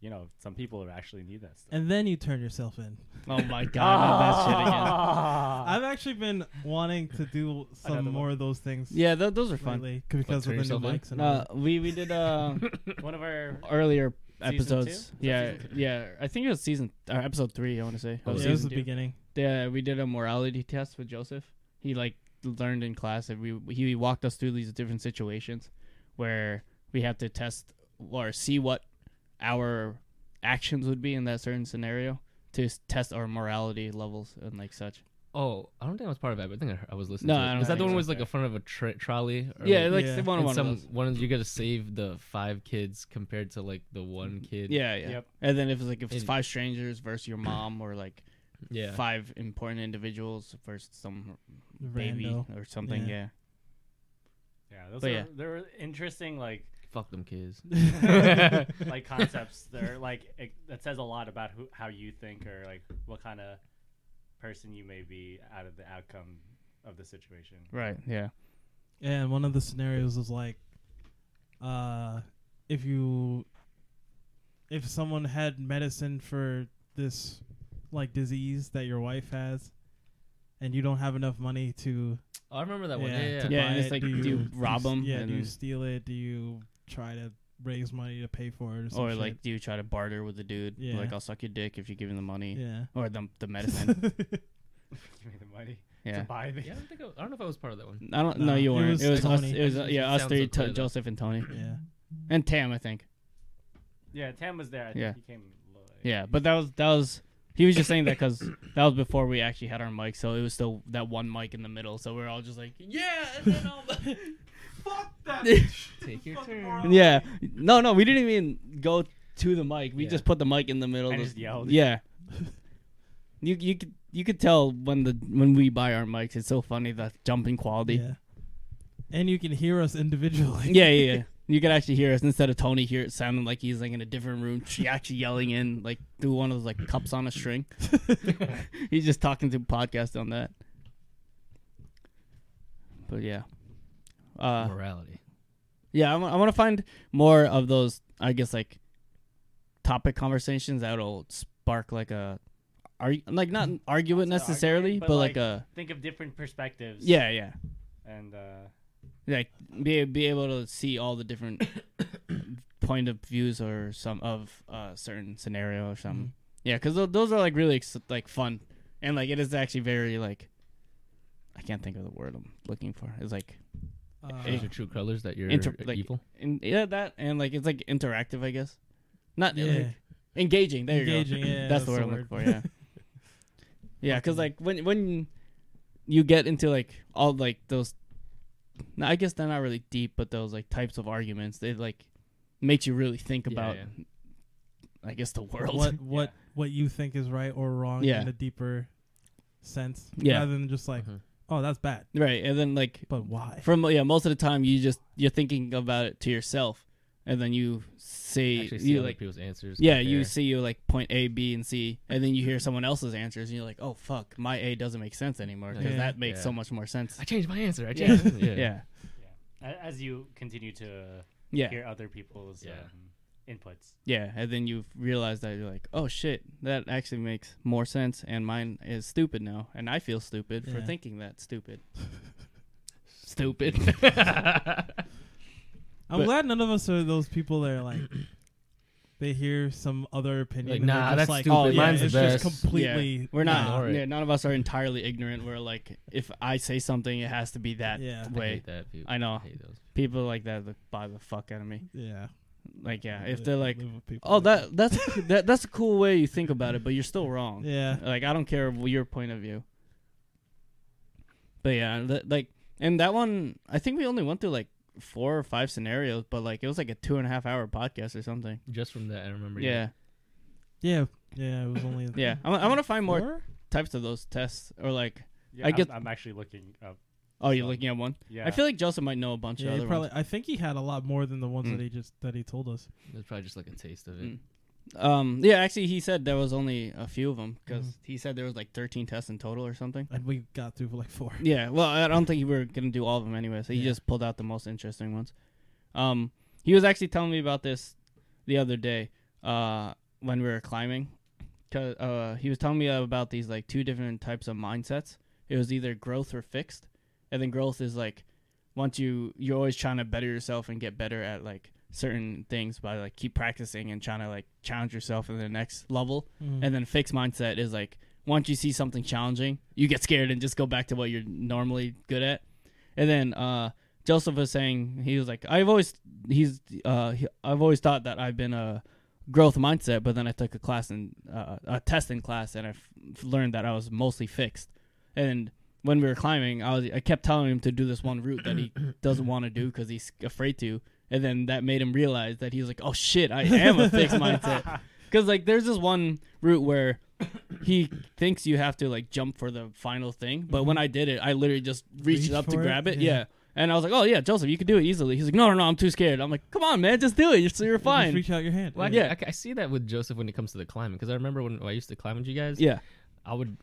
Speaker 4: you know, some people actually need that stuff.
Speaker 3: And then you turn yourself in.
Speaker 1: Oh my god, not that shit again.
Speaker 4: Ah.
Speaker 3: I've actually been wanting to do some
Speaker 4: Another
Speaker 3: more of those things.
Speaker 1: Yeah, th- those are fun.
Speaker 3: Lately, because
Speaker 2: turn
Speaker 3: of the new
Speaker 2: yourself in?
Speaker 3: mics and all
Speaker 1: Uh,
Speaker 3: that.
Speaker 1: we we did uh
Speaker 4: One of our
Speaker 1: Oh, earlier
Speaker 4: Season
Speaker 1: episodes.
Speaker 4: two? Is that
Speaker 1: Yeah,
Speaker 4: season
Speaker 1: yeah. I think it was season or episode three. I want to say.
Speaker 2: Oh,
Speaker 1: Or
Speaker 2: was
Speaker 3: yeah, it was the
Speaker 1: two.
Speaker 3: beginning.
Speaker 1: Yeah, we did a morality test with Joseph. He like learned in class that we he walked us through these different situations where we have to test or see what our actions would be in that certain scenario to s- test our morality levels and like such.
Speaker 2: Oh, I don't think I was part of that, but I think I, heard- I was listening.
Speaker 1: No,
Speaker 2: to it.
Speaker 1: I don't
Speaker 2: Is that
Speaker 1: think
Speaker 2: the one
Speaker 1: so.
Speaker 2: was like in front of a tra- trolley? Or,
Speaker 1: Yeah, like
Speaker 2: like,
Speaker 3: Yeah.
Speaker 1: one
Speaker 2: and
Speaker 1: of one
Speaker 2: some
Speaker 1: of those.
Speaker 2: one of- you got to save the five kids compared to like the one kid.
Speaker 1: Yeah, yeah.
Speaker 4: Yep.
Speaker 1: And then if it's like if it's
Speaker 2: It-
Speaker 1: five strangers versus your mom or like
Speaker 2: yeah.
Speaker 1: five important individuals versus some baby
Speaker 3: Rando.
Speaker 1: or something, yeah.
Speaker 3: Yeah.
Speaker 4: yeah, those
Speaker 1: But
Speaker 4: are
Speaker 1: yeah.
Speaker 4: they're interesting like
Speaker 2: Fuck them kids.
Speaker 4: like concepts. They're like it, that says a lot about who how you think or like what kind of person you may be out of the outcome of the situation.
Speaker 1: Right, yeah.
Speaker 3: And one of the scenarios was like, uh, if you, if someone had medicine for this, like disease that your wife has, and you don't have enough money to,
Speaker 2: Oh, I remember that one.
Speaker 3: yeah,
Speaker 2: Yeah, yeah.
Speaker 3: to
Speaker 1: Yeah,
Speaker 3: buy
Speaker 1: and it's
Speaker 3: it,
Speaker 1: like, do you rob
Speaker 3: s-
Speaker 1: 'em
Speaker 3: Yeah,
Speaker 1: and
Speaker 3: do you
Speaker 1: then-
Speaker 3: steal it? Do you try to raise money to pay for it, or, some
Speaker 1: Or
Speaker 3: shit?
Speaker 1: like do you try to barter with the dude?
Speaker 3: Yeah.
Speaker 1: Like I'll suck your dick if you give him the money.
Speaker 3: yeah.
Speaker 1: Or the the medicine.
Speaker 4: Give me the money
Speaker 1: yeah.
Speaker 4: to buy the
Speaker 2: Yeah, I don't, think I, I don't know if I was part of that one.
Speaker 1: I don't
Speaker 3: No,
Speaker 1: know you
Speaker 3: it
Speaker 1: weren't. It was,
Speaker 3: was
Speaker 1: us
Speaker 3: Tony.
Speaker 1: it was uh, yeah, us
Speaker 2: Sounds
Speaker 1: three
Speaker 2: like Tony,
Speaker 1: to,
Speaker 2: though.
Speaker 1: Joseph and Tony.
Speaker 3: Yeah.
Speaker 1: And Tam, I think.
Speaker 4: Yeah, Tam was there. I think
Speaker 1: Yeah.
Speaker 4: he came. late.
Speaker 1: Yeah. But that was that was he was just saying that because that was before we actually had our mic, so it was still that one mic in the middle. So we are all just like, yeah, and then all the-
Speaker 3: Fuck that.
Speaker 2: Take your
Speaker 3: Fuck
Speaker 2: turn.
Speaker 3: moral.
Speaker 1: Yeah. No, no, we didn't even go to the mic. We
Speaker 2: Yeah.
Speaker 1: just put the mic in the middle.
Speaker 4: I
Speaker 1: of-
Speaker 4: just yelled.
Speaker 1: Yeah. you you could you could tell when the when we buy our mics, it's so funny the jumping quality. Yeah,
Speaker 3: Yeah. And you can hear us individually.
Speaker 1: yeah, yeah. You could actually hear us instead of Tony here. It sounding like he's like in a different room. She actually yelling in like through one of those like cups on a string. he's just talking to podcast on that. But yeah, uh,
Speaker 2: Morality.
Speaker 1: Yeah, I want to find more of those. I guess like topic conversations that'll spark like a, are like Mm-hmm. not argue it
Speaker 4: Not
Speaker 1: necessarily,
Speaker 4: arguing,
Speaker 1: but,
Speaker 4: but,
Speaker 1: like,
Speaker 4: like-
Speaker 1: a
Speaker 4: Think of different perspectives.
Speaker 1: yeah, yeah,
Speaker 4: And uh,
Speaker 1: like be be able to see all the different point of views or some of a certain scenario or something.
Speaker 3: Mhm.
Speaker 1: Yeah, because those are like really ex- like fun and like it is actually very like I can't think of the word I'm looking for. It's like
Speaker 3: Uh,
Speaker 2: Shows your true colors that you're
Speaker 1: Inter- like-
Speaker 2: evil.
Speaker 1: and yeah, that and like it's like interactive, I guess. Not
Speaker 3: yeah.
Speaker 1: like, engaging. There
Speaker 3: Engaging,
Speaker 1: you go.
Speaker 3: yeah,
Speaker 1: that's,
Speaker 3: that's
Speaker 1: the word
Speaker 3: the
Speaker 1: I'm looking for.
Speaker 3: word.
Speaker 1: Yeah, yeah, because like when when you get into like all like those, no, I guess they're not really deep, but those like types of arguments, they like makes you really think
Speaker 2: Yeah,
Speaker 1: about.
Speaker 2: yeah.
Speaker 1: I guess the world.
Speaker 3: what what what you think is right or wrong
Speaker 1: Yeah.
Speaker 3: in a deeper sense,
Speaker 1: Yeah. Mm-hmm.
Speaker 3: rather than just like,
Speaker 2: Mhm.
Speaker 3: oh, that's bad,
Speaker 1: right, and then like
Speaker 3: but why?
Speaker 1: from yeah, most of the time you just you're thinking about it to yourself, and then you say
Speaker 2: Actually, see
Speaker 1: you
Speaker 2: other
Speaker 1: like
Speaker 2: people's answers.
Speaker 1: Yeah, you
Speaker 2: compare.
Speaker 1: see you like point A, B, and C, and then you hear someone else's answers, and you're like, "Oh fuck, my A doesn't make sense anymore because
Speaker 3: Yeah.
Speaker 1: that makes
Speaker 2: Yeah.
Speaker 1: so much more sense."
Speaker 2: I changed my answer. I
Speaker 4: Yeah.
Speaker 2: changed. it.
Speaker 1: Yeah, yeah,
Speaker 4: A- As you continue to
Speaker 1: yeah,
Speaker 4: hear other people's
Speaker 2: Yeah.
Speaker 4: um, inputs.
Speaker 1: and then you realize that you're like, "Oh shit, that actually makes more sense," and mine is stupid now, and I feel stupid for
Speaker 3: Yeah.
Speaker 1: thinking that stupid. stupid.
Speaker 3: I'm
Speaker 1: But-
Speaker 3: glad none of us are those people that are like they hear some other opinion.
Speaker 2: Like,
Speaker 3: and they're
Speaker 2: nah,
Speaker 3: just
Speaker 2: that's
Speaker 3: like,
Speaker 2: stupid.
Speaker 3: Oh, yeah,
Speaker 1: Mine's the
Speaker 3: it's
Speaker 2: best."
Speaker 3: just completely.
Speaker 1: Yeah, we're
Speaker 3: nah.
Speaker 1: not.
Speaker 2: Ignore it.
Speaker 1: Yeah, none of us are entirely ignorant. We're like, if I say something, it has to be that
Speaker 3: Yeah.
Speaker 2: I
Speaker 1: way.
Speaker 2: hate that people.
Speaker 1: I know.
Speaker 2: I hate those.
Speaker 1: People like that that buy the fuck out of me.
Speaker 3: Yeah.
Speaker 1: Like, yeah,
Speaker 3: I
Speaker 1: if
Speaker 3: live-
Speaker 1: they're
Speaker 3: I
Speaker 1: like,
Speaker 3: live with people
Speaker 1: Oh,
Speaker 3: like
Speaker 1: that that's that, that's a cool way you think about it, but you're still wrong.
Speaker 3: Yeah.
Speaker 1: Like I don't care of your point of view. But yeah, that, like, and that one, I think we only went through like four or five scenarios, but like it was like a two and a half hour podcast or something.
Speaker 2: Just from that, I remember.
Speaker 1: Yeah,
Speaker 3: Yeah. Yeah. It was only.
Speaker 1: yeah. I, I want to find more
Speaker 3: Four?
Speaker 1: types of those tests, or like,
Speaker 4: Yeah,
Speaker 1: I
Speaker 4: I'm-
Speaker 1: get-
Speaker 4: I'm, actually looking up.
Speaker 1: oh, you're
Speaker 4: Some.
Speaker 1: looking at one.
Speaker 4: Yeah.
Speaker 1: I feel like Joseph might know a bunch
Speaker 3: Yeah.
Speaker 1: of
Speaker 3: he
Speaker 1: other
Speaker 3: probably. I think he had a lot more than the ones
Speaker 1: Mm.
Speaker 3: that he just that he told us.
Speaker 2: It's probably just like a taste of it.
Speaker 1: ones. Mm. Um, yeah, actually, he said there was only a few of them because
Speaker 3: Mm-hmm.
Speaker 1: he said there was like 13 tests in total or something.
Speaker 3: And we got through like four.
Speaker 1: Yeah, well, I don't think we were gonna do all of them anyway, so he
Speaker 3: Yeah.
Speaker 1: just pulled out the most interesting ones. Um, he was actually telling me about this the other day uh, when we were climbing. 'Cause, uh, he was telling me about these like two different types of mindsets. It was either growth or fixed, and then growth is like once you you're always trying to better yourself and get better at like certain things by like keep practicing and trying to like challenge yourself in the next level.
Speaker 3: Mm.
Speaker 1: And then fixed mindset is like once you see something challenging, you get scared and just go back to what you're normally good at. And then uh, Joseph was saying he was like, I've always he's uh, he, I've always thought that I've been a growth mindset, but then I took a class in uh, a test in class and I f- learned that I was mostly fixed. And when we were climbing, I was I kept telling him to do this one route that he doesn't want to do because he's afraid to. And then that made him realize that he was like, "Oh shit, I am a fixed mindset." Because like, there's this one route where he thinks you have to like jump for the final thing, but when I did it, I literally just reached
Speaker 3: Reach
Speaker 1: up to
Speaker 3: Mm-hmm. for it?
Speaker 1: grab it.
Speaker 3: Yeah.
Speaker 1: yeah. And I was like, "Oh yeah, Joseph, you can do it easily." He's like, "No, no, no, I'm too scared." I'm like, "Come on, man, just do it. You're, so you're
Speaker 3: Just
Speaker 1: fine."
Speaker 3: reach out your hand.
Speaker 2: Well, I,
Speaker 1: Yeah.
Speaker 2: yeah. I, I see that with Joseph when it comes to the climbing because I remember when, when I used to climb with you guys.
Speaker 1: yeah,
Speaker 2: I would.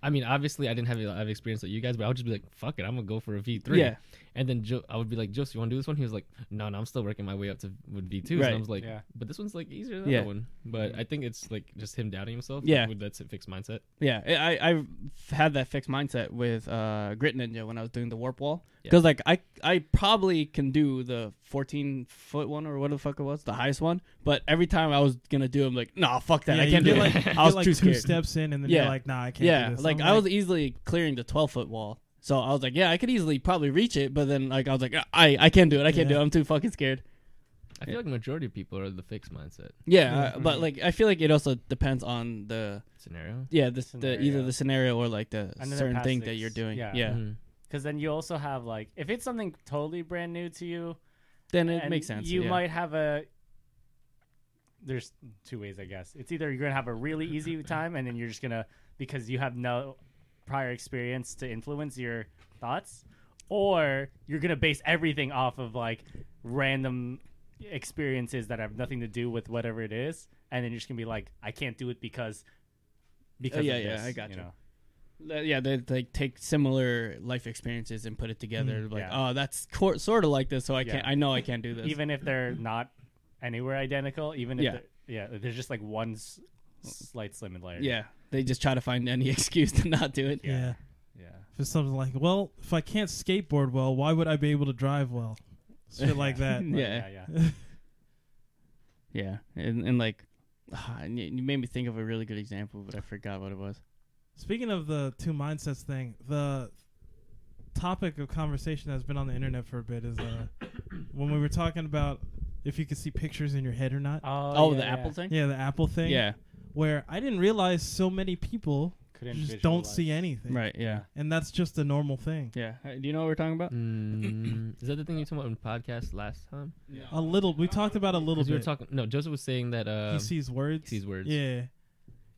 Speaker 2: I mean, obviously, I didn't have a lot of experience like you guys, but I would just be like, "Fuck it, I'm gonna go for a V three.
Speaker 1: Yeah.
Speaker 2: And then jo- I would be like, "Joseph, you want to do this one?" He was like, "No, no, I'm still working my way up to with V 2s
Speaker 1: Right.
Speaker 2: And I was like,
Speaker 4: Yeah.
Speaker 2: "But this one's like easier than
Speaker 1: Yeah.
Speaker 2: that one." But I think it's like just him doubting himself.
Speaker 1: Yeah.
Speaker 2: With that fixed mindset.
Speaker 1: yeah. I I I've had that fixed mindset with uh, Grit Ninja when I was doing the warp wall
Speaker 2: Yeah.
Speaker 1: because like I I probably can do the 14 foot one or what the fuck it was, the highest one. But every time I was gonna do, it, I'm like, "Nah, fuck that, I
Speaker 3: you
Speaker 1: can't do
Speaker 3: get
Speaker 1: it."
Speaker 3: Like, you
Speaker 1: I was
Speaker 3: get, like
Speaker 1: too
Speaker 3: two
Speaker 1: scared.
Speaker 3: steps in, and then
Speaker 1: Yeah.
Speaker 3: you're like, nah, I can't.
Speaker 1: yeah,
Speaker 3: do this.
Speaker 1: like
Speaker 3: I'm
Speaker 1: I was easily clearing the 12 foot wall. So I was like, "Yeah, I could easily probably reach it," but then like I was like, "I I can't do it. I can't
Speaker 3: Yeah.
Speaker 1: do it. I'm too fucking scared."
Speaker 2: I feel like majority of people are the fixed mindset
Speaker 1: Yeah,
Speaker 4: Yeah.
Speaker 1: uh, but like I feel like it also depends on the
Speaker 2: scenario.
Speaker 1: yeah the, the either
Speaker 4: Scenario.
Speaker 1: the scenario or like the
Speaker 4: And then the
Speaker 1: certain
Speaker 4: past
Speaker 1: thing that
Speaker 4: ex-
Speaker 1: you're doing. Yeah,
Speaker 4: yeah.
Speaker 3: Mm-hmm.
Speaker 2: Mhm.
Speaker 4: Because then you also have like, if it's something totally brand new to you,
Speaker 1: then it
Speaker 4: and
Speaker 1: makes sense.
Speaker 4: You
Speaker 1: yeah.
Speaker 4: might have a. There's two ways, I guess. It's either you're gonna have a really easy time, and then you're just gonna because you have no prior experience to influence your thoughts, or you're gonna base everything off of like random experiences that have nothing to do with whatever it is, and then you're just gonna be like, I can't do it because because
Speaker 1: Oh, yeah,
Speaker 4: of
Speaker 1: yeah,
Speaker 4: this,
Speaker 1: I got you.
Speaker 4: know?
Speaker 1: Th- yeah they like take similar life experiences and put it together. like
Speaker 4: Mm, yeah.
Speaker 1: oh, that's cor- sort of like this, so I
Speaker 4: Yeah.
Speaker 1: can't. I know I can't do this.
Speaker 4: even if they're not anywhere identical, even if
Speaker 1: Yeah.
Speaker 4: yeah, yeah there's just like one s- slight slim and layer.
Speaker 1: yeah, they just try to find any excuse to not do it.
Speaker 3: yeah.
Speaker 4: yeah. yeah.
Speaker 3: For something like, well, if I can't skateboard well, why would I be able to drive well? Shit like that.
Speaker 1: Yeah.
Speaker 4: yeah,
Speaker 1: Yeah, and, and like ah, and you you made me think of a really good example, but I forgot what it was.
Speaker 3: Speaking of the two mindsets thing, the topic of conversation that's been on the internet for a bit is uh, when we were talking about if you could see pictures in your head or not.
Speaker 4: Oh,
Speaker 1: Oh,
Speaker 4: yeah,
Speaker 1: the
Speaker 4: yeah.
Speaker 1: Apple thing.
Speaker 3: yeah, the Apple thing.
Speaker 1: Yeah.
Speaker 3: Where I didn't realize so many people
Speaker 4: Couldn't
Speaker 3: just don't
Speaker 4: visualize.
Speaker 3: see anything.
Speaker 1: Right. Yeah.
Speaker 3: And that's just a normal thing.
Speaker 1: Yeah. Uh, Do you know what we're talking about?
Speaker 2: Mm, is that the thing you talking about in podcast last time?
Speaker 3: A little. We talked about a little
Speaker 2: Because
Speaker 3: bit.
Speaker 2: we were talking. No, Joseph was saying that uh,
Speaker 3: he sees words.
Speaker 2: he sees words.
Speaker 3: Yeah.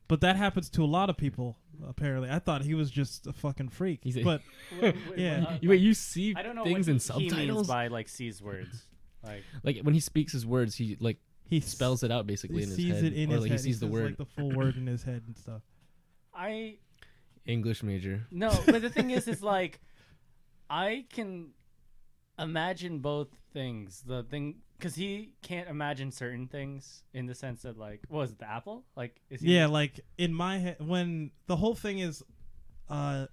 Speaker 3: But that happens to a lot of people, apparently. I thought he was just a fucking freak.
Speaker 2: He's a-
Speaker 3: but
Speaker 4: Wait, wait,
Speaker 3: Yeah.
Speaker 4: what?
Speaker 2: You- Wait, you see
Speaker 4: Uh, I don't know
Speaker 2: things
Speaker 4: what
Speaker 2: in
Speaker 4: he means
Speaker 2: subtitles?
Speaker 4: by like sees words. Like
Speaker 2: like when he speaks his words, he like
Speaker 3: he
Speaker 2: spells it out
Speaker 3: he
Speaker 2: basically in his
Speaker 3: sees
Speaker 2: head,
Speaker 3: it in
Speaker 2: or
Speaker 3: his
Speaker 2: like
Speaker 3: head.
Speaker 2: he sees the
Speaker 3: says,
Speaker 2: word
Speaker 3: like the full word in his head and stuff.
Speaker 4: I
Speaker 2: English major.
Speaker 4: No, but the thing is, is like I can imagine both things. The thing because he can't imagine certain things in the sense that like what was it, the apple? Like is he
Speaker 3: Yeah, like in my head when the whole thing is uh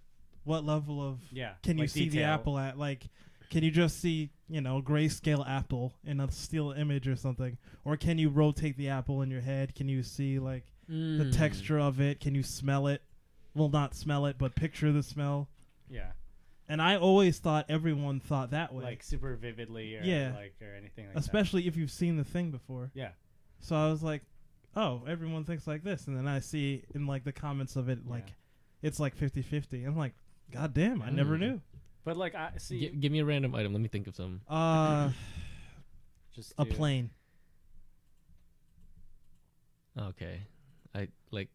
Speaker 3: what level of
Speaker 4: yeah.
Speaker 3: can you
Speaker 4: like
Speaker 3: see the
Speaker 4: detail.
Speaker 3: apple at like can you just see, you know, grayscale apple in a still image or something? Or can you rotate the apple in your head? Can you see like
Speaker 2: Hmm.
Speaker 4: Hmm.
Speaker 3: the texture of it? Can you smell it? Well, not smell it, but picture the smell.
Speaker 4: Yeah,
Speaker 3: And I always thought everyone thought that way,
Speaker 4: like super vividly or
Speaker 3: Yeah.
Speaker 4: like or anything like
Speaker 3: especially if you've seen the thing before.
Speaker 4: Yeah.
Speaker 3: So I was like, oh, everyone thinks like this, and then I see in like the comments of it, like
Speaker 4: Yeah.
Speaker 3: it's like 50-50. I'm like, god damn, I never
Speaker 4: Hmm.
Speaker 2: Mm.
Speaker 3: knew.
Speaker 4: that. But like I see
Speaker 2: Gi- give me a random item. Let me think of some.
Speaker 3: Uh,
Speaker 4: just
Speaker 3: a
Speaker 4: do-
Speaker 3: plane.
Speaker 2: Okay, I like.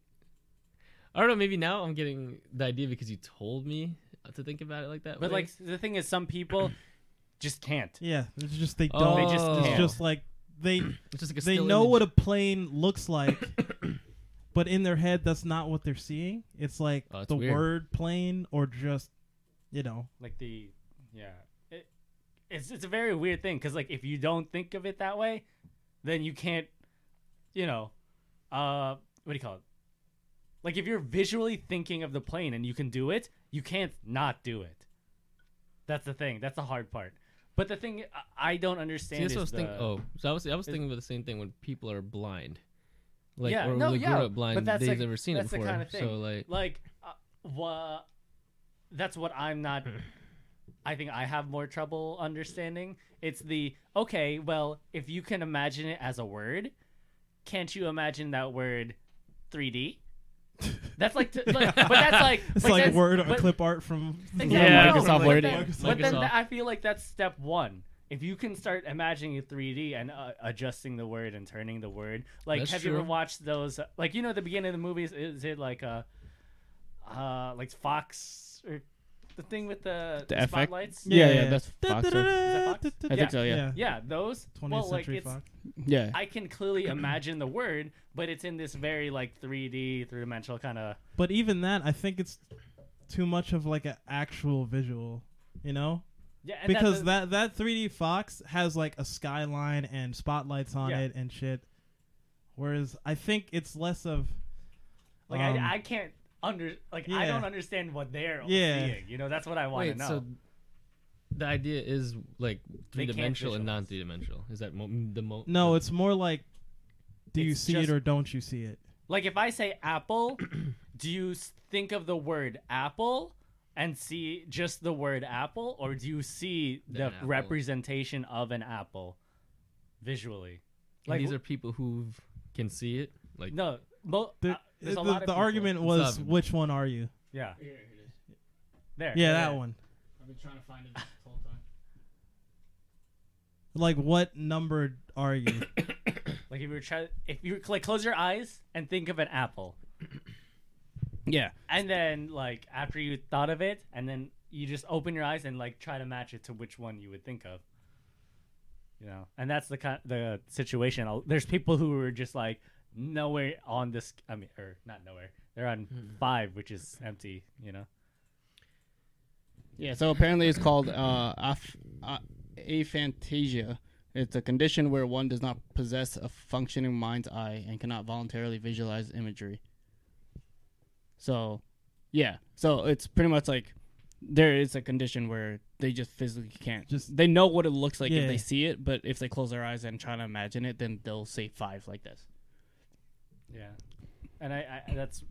Speaker 2: I don't know. Maybe now I'm getting the idea because you told me to think about it like that.
Speaker 4: But
Speaker 2: way.
Speaker 4: like the thing is, some people just can't.
Speaker 3: Yeah, it's just they
Speaker 2: Oh.
Speaker 3: don't.
Speaker 4: They just
Speaker 3: It's
Speaker 4: can't.
Speaker 3: just like they
Speaker 2: it's just like a
Speaker 3: they
Speaker 2: still
Speaker 3: know what a
Speaker 2: image.
Speaker 3: plane looks like, but in their head, that's not what they're seeing. It's like
Speaker 2: Oh, it's
Speaker 3: the
Speaker 2: weird.
Speaker 3: word plane or just, you know,
Speaker 4: like the yeah it, it's it's a very weird thing because like if you don't think of it that way then you can't you know uh what do you call it like if you're visually thinking of the plane and you can do it you can't not do it that's the thing that's the hard part but the thing I- i don't
Speaker 2: See,
Speaker 4: understand
Speaker 2: that's what I
Speaker 4: is
Speaker 2: was
Speaker 4: the,
Speaker 2: thinking. Oh, so I was I was
Speaker 4: is-
Speaker 2: thinking about the same thing when people are blind, like
Speaker 4: Yeah,
Speaker 2: or
Speaker 4: no,
Speaker 2: they
Speaker 4: yeah,
Speaker 2: grew up
Speaker 4: but
Speaker 2: blind,
Speaker 4: that's
Speaker 2: they've
Speaker 4: like-
Speaker 2: never seen it
Speaker 4: that's the
Speaker 2: before.
Speaker 4: kinda thing.
Speaker 2: So like,
Speaker 4: like uh, wha- that's what i'm not i think i have more trouble understanding it's the okay well if you can imagine it as a word can't you imagine that word 3d that's like, t- like but that's like
Speaker 3: it's
Speaker 4: but
Speaker 3: like
Speaker 4: that's-
Speaker 3: word or
Speaker 4: but-
Speaker 3: clip art from.
Speaker 4: Exactly.
Speaker 1: Yeah,
Speaker 4: No,
Speaker 1: Microsoft
Speaker 4: but
Speaker 1: Word.
Speaker 4: then-
Speaker 2: Microsoft.
Speaker 4: But then
Speaker 2: Microsoft.
Speaker 4: I feel like that's step one. If you can start imagining it 3D and uh, adjusting the word and turning the word, like
Speaker 2: That's
Speaker 4: have you ever
Speaker 2: true.
Speaker 4: watched those? uh, Like you know, at the beginning of the movies, is it like a, uh, like Fox or the thing with the,
Speaker 1: The effect?
Speaker 4: spotlights?
Speaker 1: Yeah, yeah, that's Fox, right?
Speaker 4: that Fox?
Speaker 3: Mm-hmm.
Speaker 1: I think so, yeah.
Speaker 4: Yeah, those.
Speaker 3: 20th
Speaker 4: well, like
Speaker 3: Century
Speaker 4: it's,
Speaker 3: Fox.
Speaker 1: Yeah.
Speaker 4: I can clearly imagine the word, but it's in this very like 3D, three dimensional kind of.
Speaker 3: But even that, I think it's too much of like an actual visual, you know?
Speaker 4: Yeah, and that's
Speaker 3: Because
Speaker 4: a-
Speaker 3: that, that 3D Fox has like a skyline and spotlights on
Speaker 4: Yeah.
Speaker 3: it and shit. Whereas I think it's less of.
Speaker 4: Like
Speaker 3: um,
Speaker 4: I, I can't under like I
Speaker 3: yeah.
Speaker 4: don't understand what they're
Speaker 3: Yeah.
Speaker 4: seeing. You know, that's what I want to
Speaker 2: wait,
Speaker 4: know.
Speaker 2: so the idea is like
Speaker 4: They
Speaker 2: three
Speaker 4: can't
Speaker 2: dimensional and
Speaker 4: visualize.
Speaker 2: non three dimensional. Is that mo- the mo?
Speaker 3: No, it's more like do you
Speaker 4: It's
Speaker 3: see
Speaker 4: just-
Speaker 3: it or don't you see it?
Speaker 4: like if I say apple, do you s- think of the word apple and see just the word apple, or do you see the
Speaker 2: An apple.
Speaker 4: representation of an apple visually?
Speaker 2: And
Speaker 4: Like
Speaker 2: these are people who can see it. Like
Speaker 4: no, mo-
Speaker 3: The,
Speaker 4: uh, there's a
Speaker 3: the-
Speaker 4: lot of
Speaker 3: the
Speaker 4: people.
Speaker 3: argument
Speaker 2: It's
Speaker 3: was
Speaker 2: not-
Speaker 3: which one are you?
Speaker 4: Yeah, there.
Speaker 3: Yeah, that one.
Speaker 1: I've been trying to find it this whole time.
Speaker 3: Like what number are you?
Speaker 4: Like if you were trying, if you were, like close your eyes and think of an apple,
Speaker 1: Yeah.
Speaker 4: and then like after you thought of it, and then you just open your eyes and like try to match it to which one you would think of. You know, and that's the kind the situation. I'll- There's people who are just like nowhere on this. I mean, or not nowhere. They're on
Speaker 3: Hmm.
Speaker 4: five, which is empty. You know.
Speaker 1: Yeah, so apparently it's called uh, aph- uh, aphantasia. It's a condition where one does not possess a functioning mind's eye and cannot voluntarily visualize imagery. So, yeah, so it's pretty much like there is a condition where they just physically can't.
Speaker 3: Just-
Speaker 1: Just they know what it looks like
Speaker 3: Yeah.
Speaker 1: if they see it, but if they close their eyes and try to imagine it, then they'll say five like this.
Speaker 4: Yeah, and I, I that's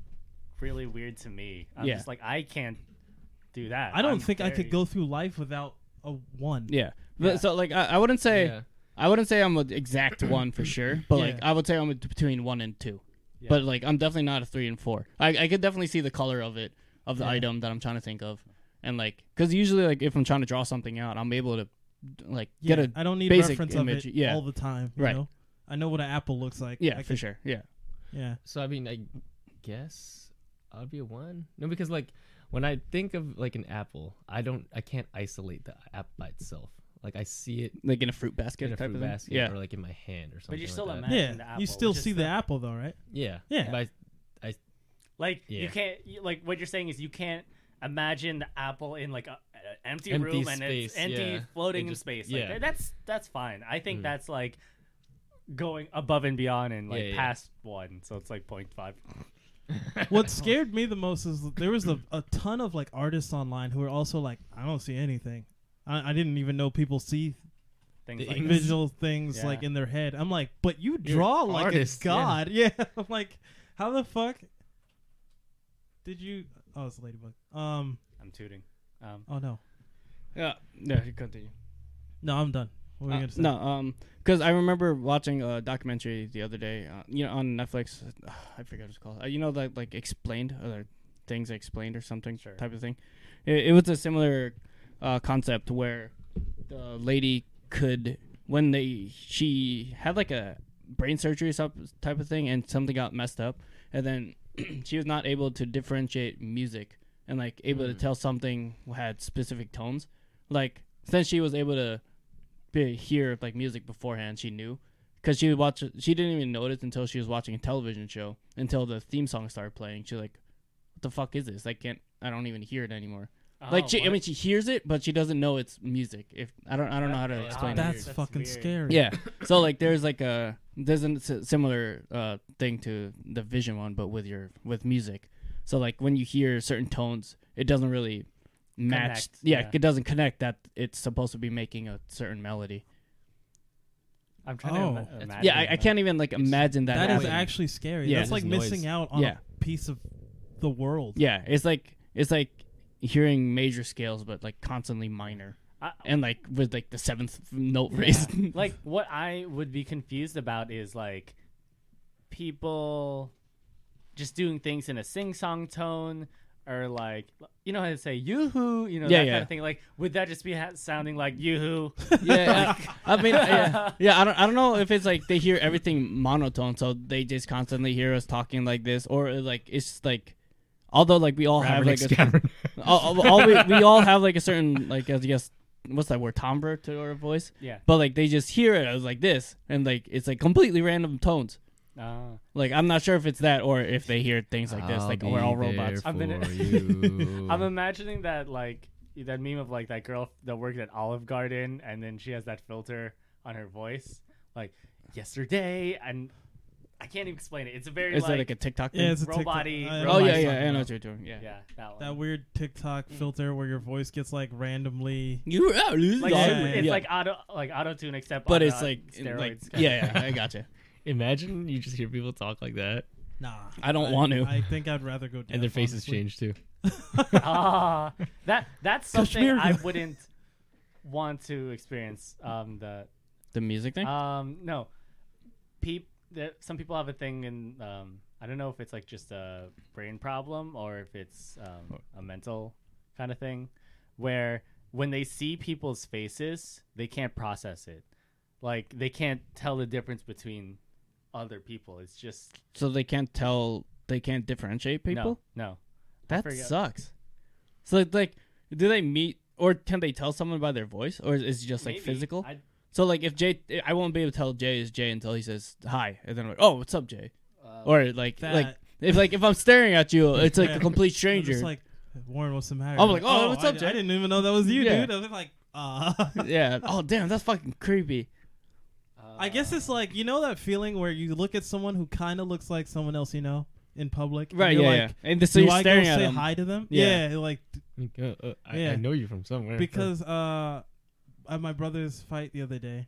Speaker 4: really weird to me. I'm
Speaker 1: Yeah.
Speaker 4: just like I can't do that.
Speaker 3: I don't
Speaker 4: I'm
Speaker 3: think I
Speaker 4: very-
Speaker 3: could go through life without a one.
Speaker 1: Yeah. But-
Speaker 4: Yeah.
Speaker 1: So like I, I wouldn't say
Speaker 2: yeah.
Speaker 1: I wouldn't say I'm an exact one for sure, but like
Speaker 3: Yeah.
Speaker 1: I would say I'm a- between one and two.
Speaker 4: Yeah.
Speaker 1: But like I'm definitely not a three and four. I I could definitely see the color of it of the
Speaker 3: Yeah.
Speaker 1: item that I'm trying to think of, and like because usually like if I'm trying to draw something out, I'm able to like
Speaker 3: Yeah,
Speaker 1: get a
Speaker 3: I don't need
Speaker 1: basic
Speaker 3: reference
Speaker 1: image,
Speaker 3: of it
Speaker 1: yeah.
Speaker 3: all the time. You
Speaker 1: Right.
Speaker 3: Know? I know what an apple looks like.
Speaker 1: yeah
Speaker 3: I
Speaker 1: for
Speaker 3: could-
Speaker 1: sure yeah
Speaker 3: Yeah.
Speaker 2: So I mean, I guess I'd be a one. No, because like when I think of like an apple, I don't, I can't isolate the app by itself. Like I see it
Speaker 1: like in a fruit basket
Speaker 2: in a
Speaker 1: type
Speaker 2: fruit
Speaker 1: of thing.
Speaker 2: basket
Speaker 1: yeah
Speaker 2: or like in my hand or something.
Speaker 4: But you're still
Speaker 2: like
Speaker 4: a
Speaker 2: that.
Speaker 4: man.
Speaker 3: yeah.
Speaker 4: and the
Speaker 3: you
Speaker 4: apple,
Speaker 3: still
Speaker 4: which is
Speaker 3: see the
Speaker 4: the-
Speaker 3: apple though, right?
Speaker 2: Yeah.
Speaker 3: Yeah.
Speaker 2: But I-
Speaker 4: Like
Speaker 2: Yeah.
Speaker 4: you can't you, like what you're saying is you can't imagine the apple in like a, an empty,
Speaker 2: Empty
Speaker 4: room and it's
Speaker 2: space,
Speaker 4: empty
Speaker 2: yeah.
Speaker 4: floating
Speaker 2: It
Speaker 4: in
Speaker 2: just-
Speaker 4: space. Like,
Speaker 2: yeah.
Speaker 4: th- that's that's fine. I think
Speaker 2: Mm.
Speaker 4: that's like going above and beyond and like
Speaker 2: Yeah, yeah.
Speaker 4: past one. So it's like 0.5.
Speaker 3: What scared me the most is there was a, a ton of like artists online who were also like, I don't see anything. I, I didn't even know people see
Speaker 4: Things
Speaker 2: The
Speaker 4: like
Speaker 2: image-
Speaker 4: this.
Speaker 3: visual things
Speaker 4: Yeah.
Speaker 3: like in their head. I'm like, but you
Speaker 2: You're
Speaker 3: draw like
Speaker 2: artist,
Speaker 3: a god. Yeah. I'm like, how the fuck did you? Oh, it's a ladybug. Um.
Speaker 4: I'm tooting. Um,
Speaker 3: Oh no.
Speaker 1: yeah yeah you continue.
Speaker 3: No, I'm done. What were you
Speaker 1: Uh,
Speaker 3: gonna say?
Speaker 1: no, um, because I remember watching a documentary the other day, uh, you know, on Netflix. Uh, I forget what it's called. Uh, you know, that like explained other things explained or something
Speaker 4: Sure.
Speaker 1: type of thing. It, it was a similar uh, concept where the lady could, when they she had like a brain surgery or some type of thing, and something got messed up, and then she was not able to differentiate music and like able to
Speaker 2: Mm.
Speaker 1: tell something had specific tones. Like since she was able to be, hear like music beforehand, she knew because she would watch. She didn't even notice until she was watching a television show until the theme song started playing. She's like, "What the fuck is this? I can't. I don't even hear it anymore." like
Speaker 4: oh,
Speaker 1: she, I
Speaker 4: what?
Speaker 1: mean, she hears it, but she doesn't know it's music. If I don't, I don't know how to
Speaker 2: That's
Speaker 1: explain it.
Speaker 4: odd.
Speaker 3: That's,
Speaker 4: That's
Speaker 3: fucking
Speaker 4: weird.
Speaker 3: scary.
Speaker 1: Yeah. So like, there's like a there's a s- similar uh, thing to the vision one, but with your with music. So like when you hear certain tones, it doesn't really match.
Speaker 4: Connect,
Speaker 1: Yeah,
Speaker 4: yeah.
Speaker 1: it doesn't connect that it's supposed to be making a certain melody.
Speaker 4: I'm
Speaker 3: Oh.
Speaker 4: trying to ima-
Speaker 2: That's-
Speaker 4: imagine.
Speaker 1: Yeah, I, I
Speaker 4: that.
Speaker 1: can't even like imagine that.
Speaker 3: that is
Speaker 1: happening.
Speaker 3: actually scary.
Speaker 1: Yeah.
Speaker 3: That's like
Speaker 2: Just noise.
Speaker 3: missing out on
Speaker 1: Yeah.
Speaker 3: a piece of the world.
Speaker 1: yeah. It's like it's like hearing major scales, but like constantly minor,
Speaker 4: I-
Speaker 1: and like with like the seventh note raised.
Speaker 4: like what I would be confused about is like people just doing things in a sing-song tone or like you know how to say yoo-hoo, you know
Speaker 1: Yeah,
Speaker 4: that
Speaker 1: yeah.
Speaker 4: kind of thing. Like would that just be ha- sounding like yoo-hoo?
Speaker 1: yeah, I I mean, yeah, yeah. I don't, I don't know if it's like they hear everything monotone, so they just constantly hear us talking like this, or uh, like it's like, although like we all have like a, all, all- all we, we all have like a certain like I guess what's that word timbre to our voice,
Speaker 4: yeah.
Speaker 1: but like they just hear it as like this, and like it's like completely random tones.
Speaker 4: Uh,
Speaker 1: Like I'm not sure if it's that or if they hear things like this, like we're all robots.
Speaker 4: I've been-
Speaker 2: you.
Speaker 4: I'm imagining that like that meme of like that girl that worked at Olive Garden and then she has that filter on her voice like yesterday and I can't even explain it. It's a very
Speaker 1: Is that
Speaker 4: like,
Speaker 1: like a TikTok thing?
Speaker 3: Yeah, it's a
Speaker 4: Robot-y-
Speaker 3: TikTok.
Speaker 1: oh
Speaker 3: know
Speaker 1: yeah,
Speaker 3: what
Speaker 1: yeah,
Speaker 3: you're
Speaker 1: I
Speaker 3: talking
Speaker 1: know
Speaker 3: about.
Speaker 1: what you're doing. Yeah.
Speaker 4: yeah, that one.
Speaker 3: That weird TikTok filter where your voice gets like randomly.
Speaker 1: You are
Speaker 4: like
Speaker 3: Yeah,
Speaker 4: it's-
Speaker 3: yeah,
Speaker 4: it's
Speaker 3: yeah.
Speaker 4: like auto like auto tune except
Speaker 1: but
Speaker 4: on,
Speaker 1: it's
Speaker 4: uh,
Speaker 1: like,
Speaker 4: steroids
Speaker 1: like
Speaker 4: kind of-
Speaker 1: yeah, yeah, I gotcha.
Speaker 2: Imagine you just hear people talk like that,
Speaker 3: Nah,
Speaker 1: I don't want to.
Speaker 3: I think I'd rather go. Deaf,
Speaker 2: and their faces
Speaker 3: honestly.
Speaker 2: change too.
Speaker 4: ah that that's something
Speaker 3: Kashmir.
Speaker 4: I wouldn't want to experience um the
Speaker 1: The music
Speaker 3: uh,
Speaker 1: thing.
Speaker 4: um no peep there, some people have a thing in um I don't know if it's like just a brain problem or if it's um, a mental kind of thing where when they see people's faces they can't process it like they can't tell the difference between other people it's just
Speaker 1: so they can't tell they can't differentiate people
Speaker 4: no, no.
Speaker 1: that
Speaker 4: forget.
Speaker 1: sucks so like, like do they meet or can they tell someone by their voice or is it just like
Speaker 4: Maybe.
Speaker 1: physical
Speaker 4: I,
Speaker 1: so like if jay i won't be able to tell jay is jay until he says hi and then I'm like oh what's up jay
Speaker 4: uh,
Speaker 1: or like
Speaker 3: That-
Speaker 1: like if like if i'm staring at you it's like
Speaker 3: Yeah.
Speaker 1: a complete
Speaker 3: I'm
Speaker 1: stranger
Speaker 3: just like, Warren, what's the matter?
Speaker 1: I'm like, oh, what's
Speaker 3: I-
Speaker 1: up, Jay?
Speaker 3: I didn't even know that was you,
Speaker 1: Yeah.
Speaker 3: dude. I was like, ah.
Speaker 1: yeah oh damn that's fucking creepy
Speaker 4: uh,
Speaker 3: I guess it's like you know that feeling where you look at someone who kind of looks like someone else you know in public. and
Speaker 1: right
Speaker 3: you're
Speaker 1: yeah,
Speaker 3: like,
Speaker 1: yeah and so
Speaker 3: do
Speaker 1: you're
Speaker 3: I
Speaker 1: staring
Speaker 3: go
Speaker 1: at
Speaker 3: say
Speaker 1: them
Speaker 3: hi to them?
Speaker 1: Yeah.
Speaker 3: like
Speaker 2: Like, uh, uh, I,
Speaker 3: Yeah.
Speaker 2: I know you from
Speaker 4: Mm-hmm.
Speaker 2: somewhere.
Speaker 3: because uh, at my brother's fight the other day,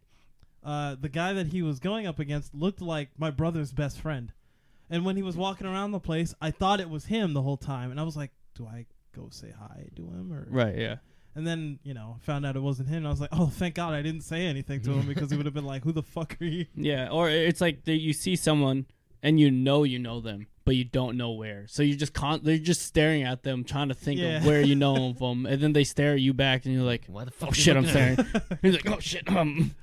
Speaker 3: uh, the guy that he was going up against looked like my brother's best friend, and when he was walking around the place, I thought it was him the whole time, and I was like, do I go say hi to him or
Speaker 1: Right. Yeah.
Speaker 3: And then you know found out it wasn't him. And I was like, oh, thank God I didn't say anything to him because he would have been like, who the fuck are you?
Speaker 1: Yeah. Or it's like that you see someone and you know you know them, but you don't know where. So you're just con- they're just staring at them, trying to think
Speaker 3: Yeah.
Speaker 1: of where you know 'em from, and then they stare at you back, and you're like,
Speaker 2: Why the fuck?
Speaker 1: "Oh
Speaker 2: you
Speaker 1: shit, I'm
Speaker 2: looking at me?
Speaker 1: staring." He's like, "Oh shit." Um.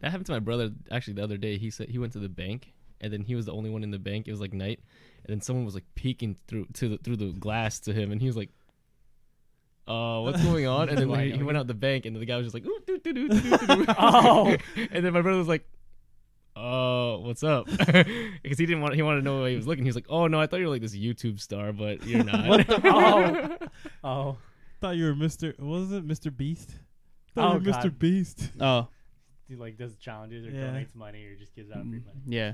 Speaker 2: That happened to my brother actually the other day. He said he went to the bank, and then he was the only one in the bank. It was like night, and then someone was like peeking through to the, through the glass to him, and he was like, "Uh, what's going on?" And then when he, he went out the bank, and the guy was just like, "Ooh, doo, doo, doo, doo, doo, doo, doo."
Speaker 4: Oh.
Speaker 2: and then my brother was like. Oh, what's up? Because he didn't want he wanted to know where he was looking. He was like, "Oh no, I thought you were like this YouTube star, but you're not."
Speaker 3: What the-
Speaker 4: oh, oh,
Speaker 3: Thought you were Mister. What was it, Mister Beast?
Speaker 4: Oh,
Speaker 3: Thought you were
Speaker 4: God.
Speaker 3: Mister Beast.
Speaker 1: Oh.
Speaker 4: he like does challenges or
Speaker 3: Yeah.
Speaker 4: donates money or just gives out free money.
Speaker 1: Mm, Yeah.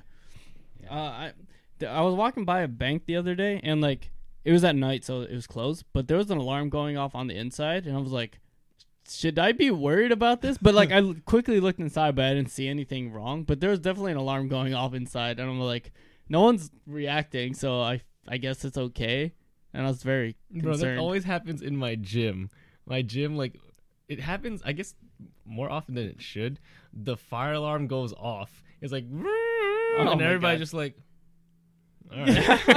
Speaker 1: Uh, I th- I was walking by a bank the other day and like it was at night so it was closed, but there was an alarm going off on the inside and I was like should I be worried about this? But like I l- quickly looked inside but I didn't see anything wrong, but there was definitely an alarm going off inside and I'm like no one's reacting, so I I guess it's okay. And I was very
Speaker 2: Bro, that
Speaker 1: concerned.
Speaker 2: always happens in my gym. My gym, like, it happens, I guess, more often than it should. The fire alarm goes off. It's like, and
Speaker 1: Oh my
Speaker 2: everybody
Speaker 1: God.
Speaker 2: just like, all right.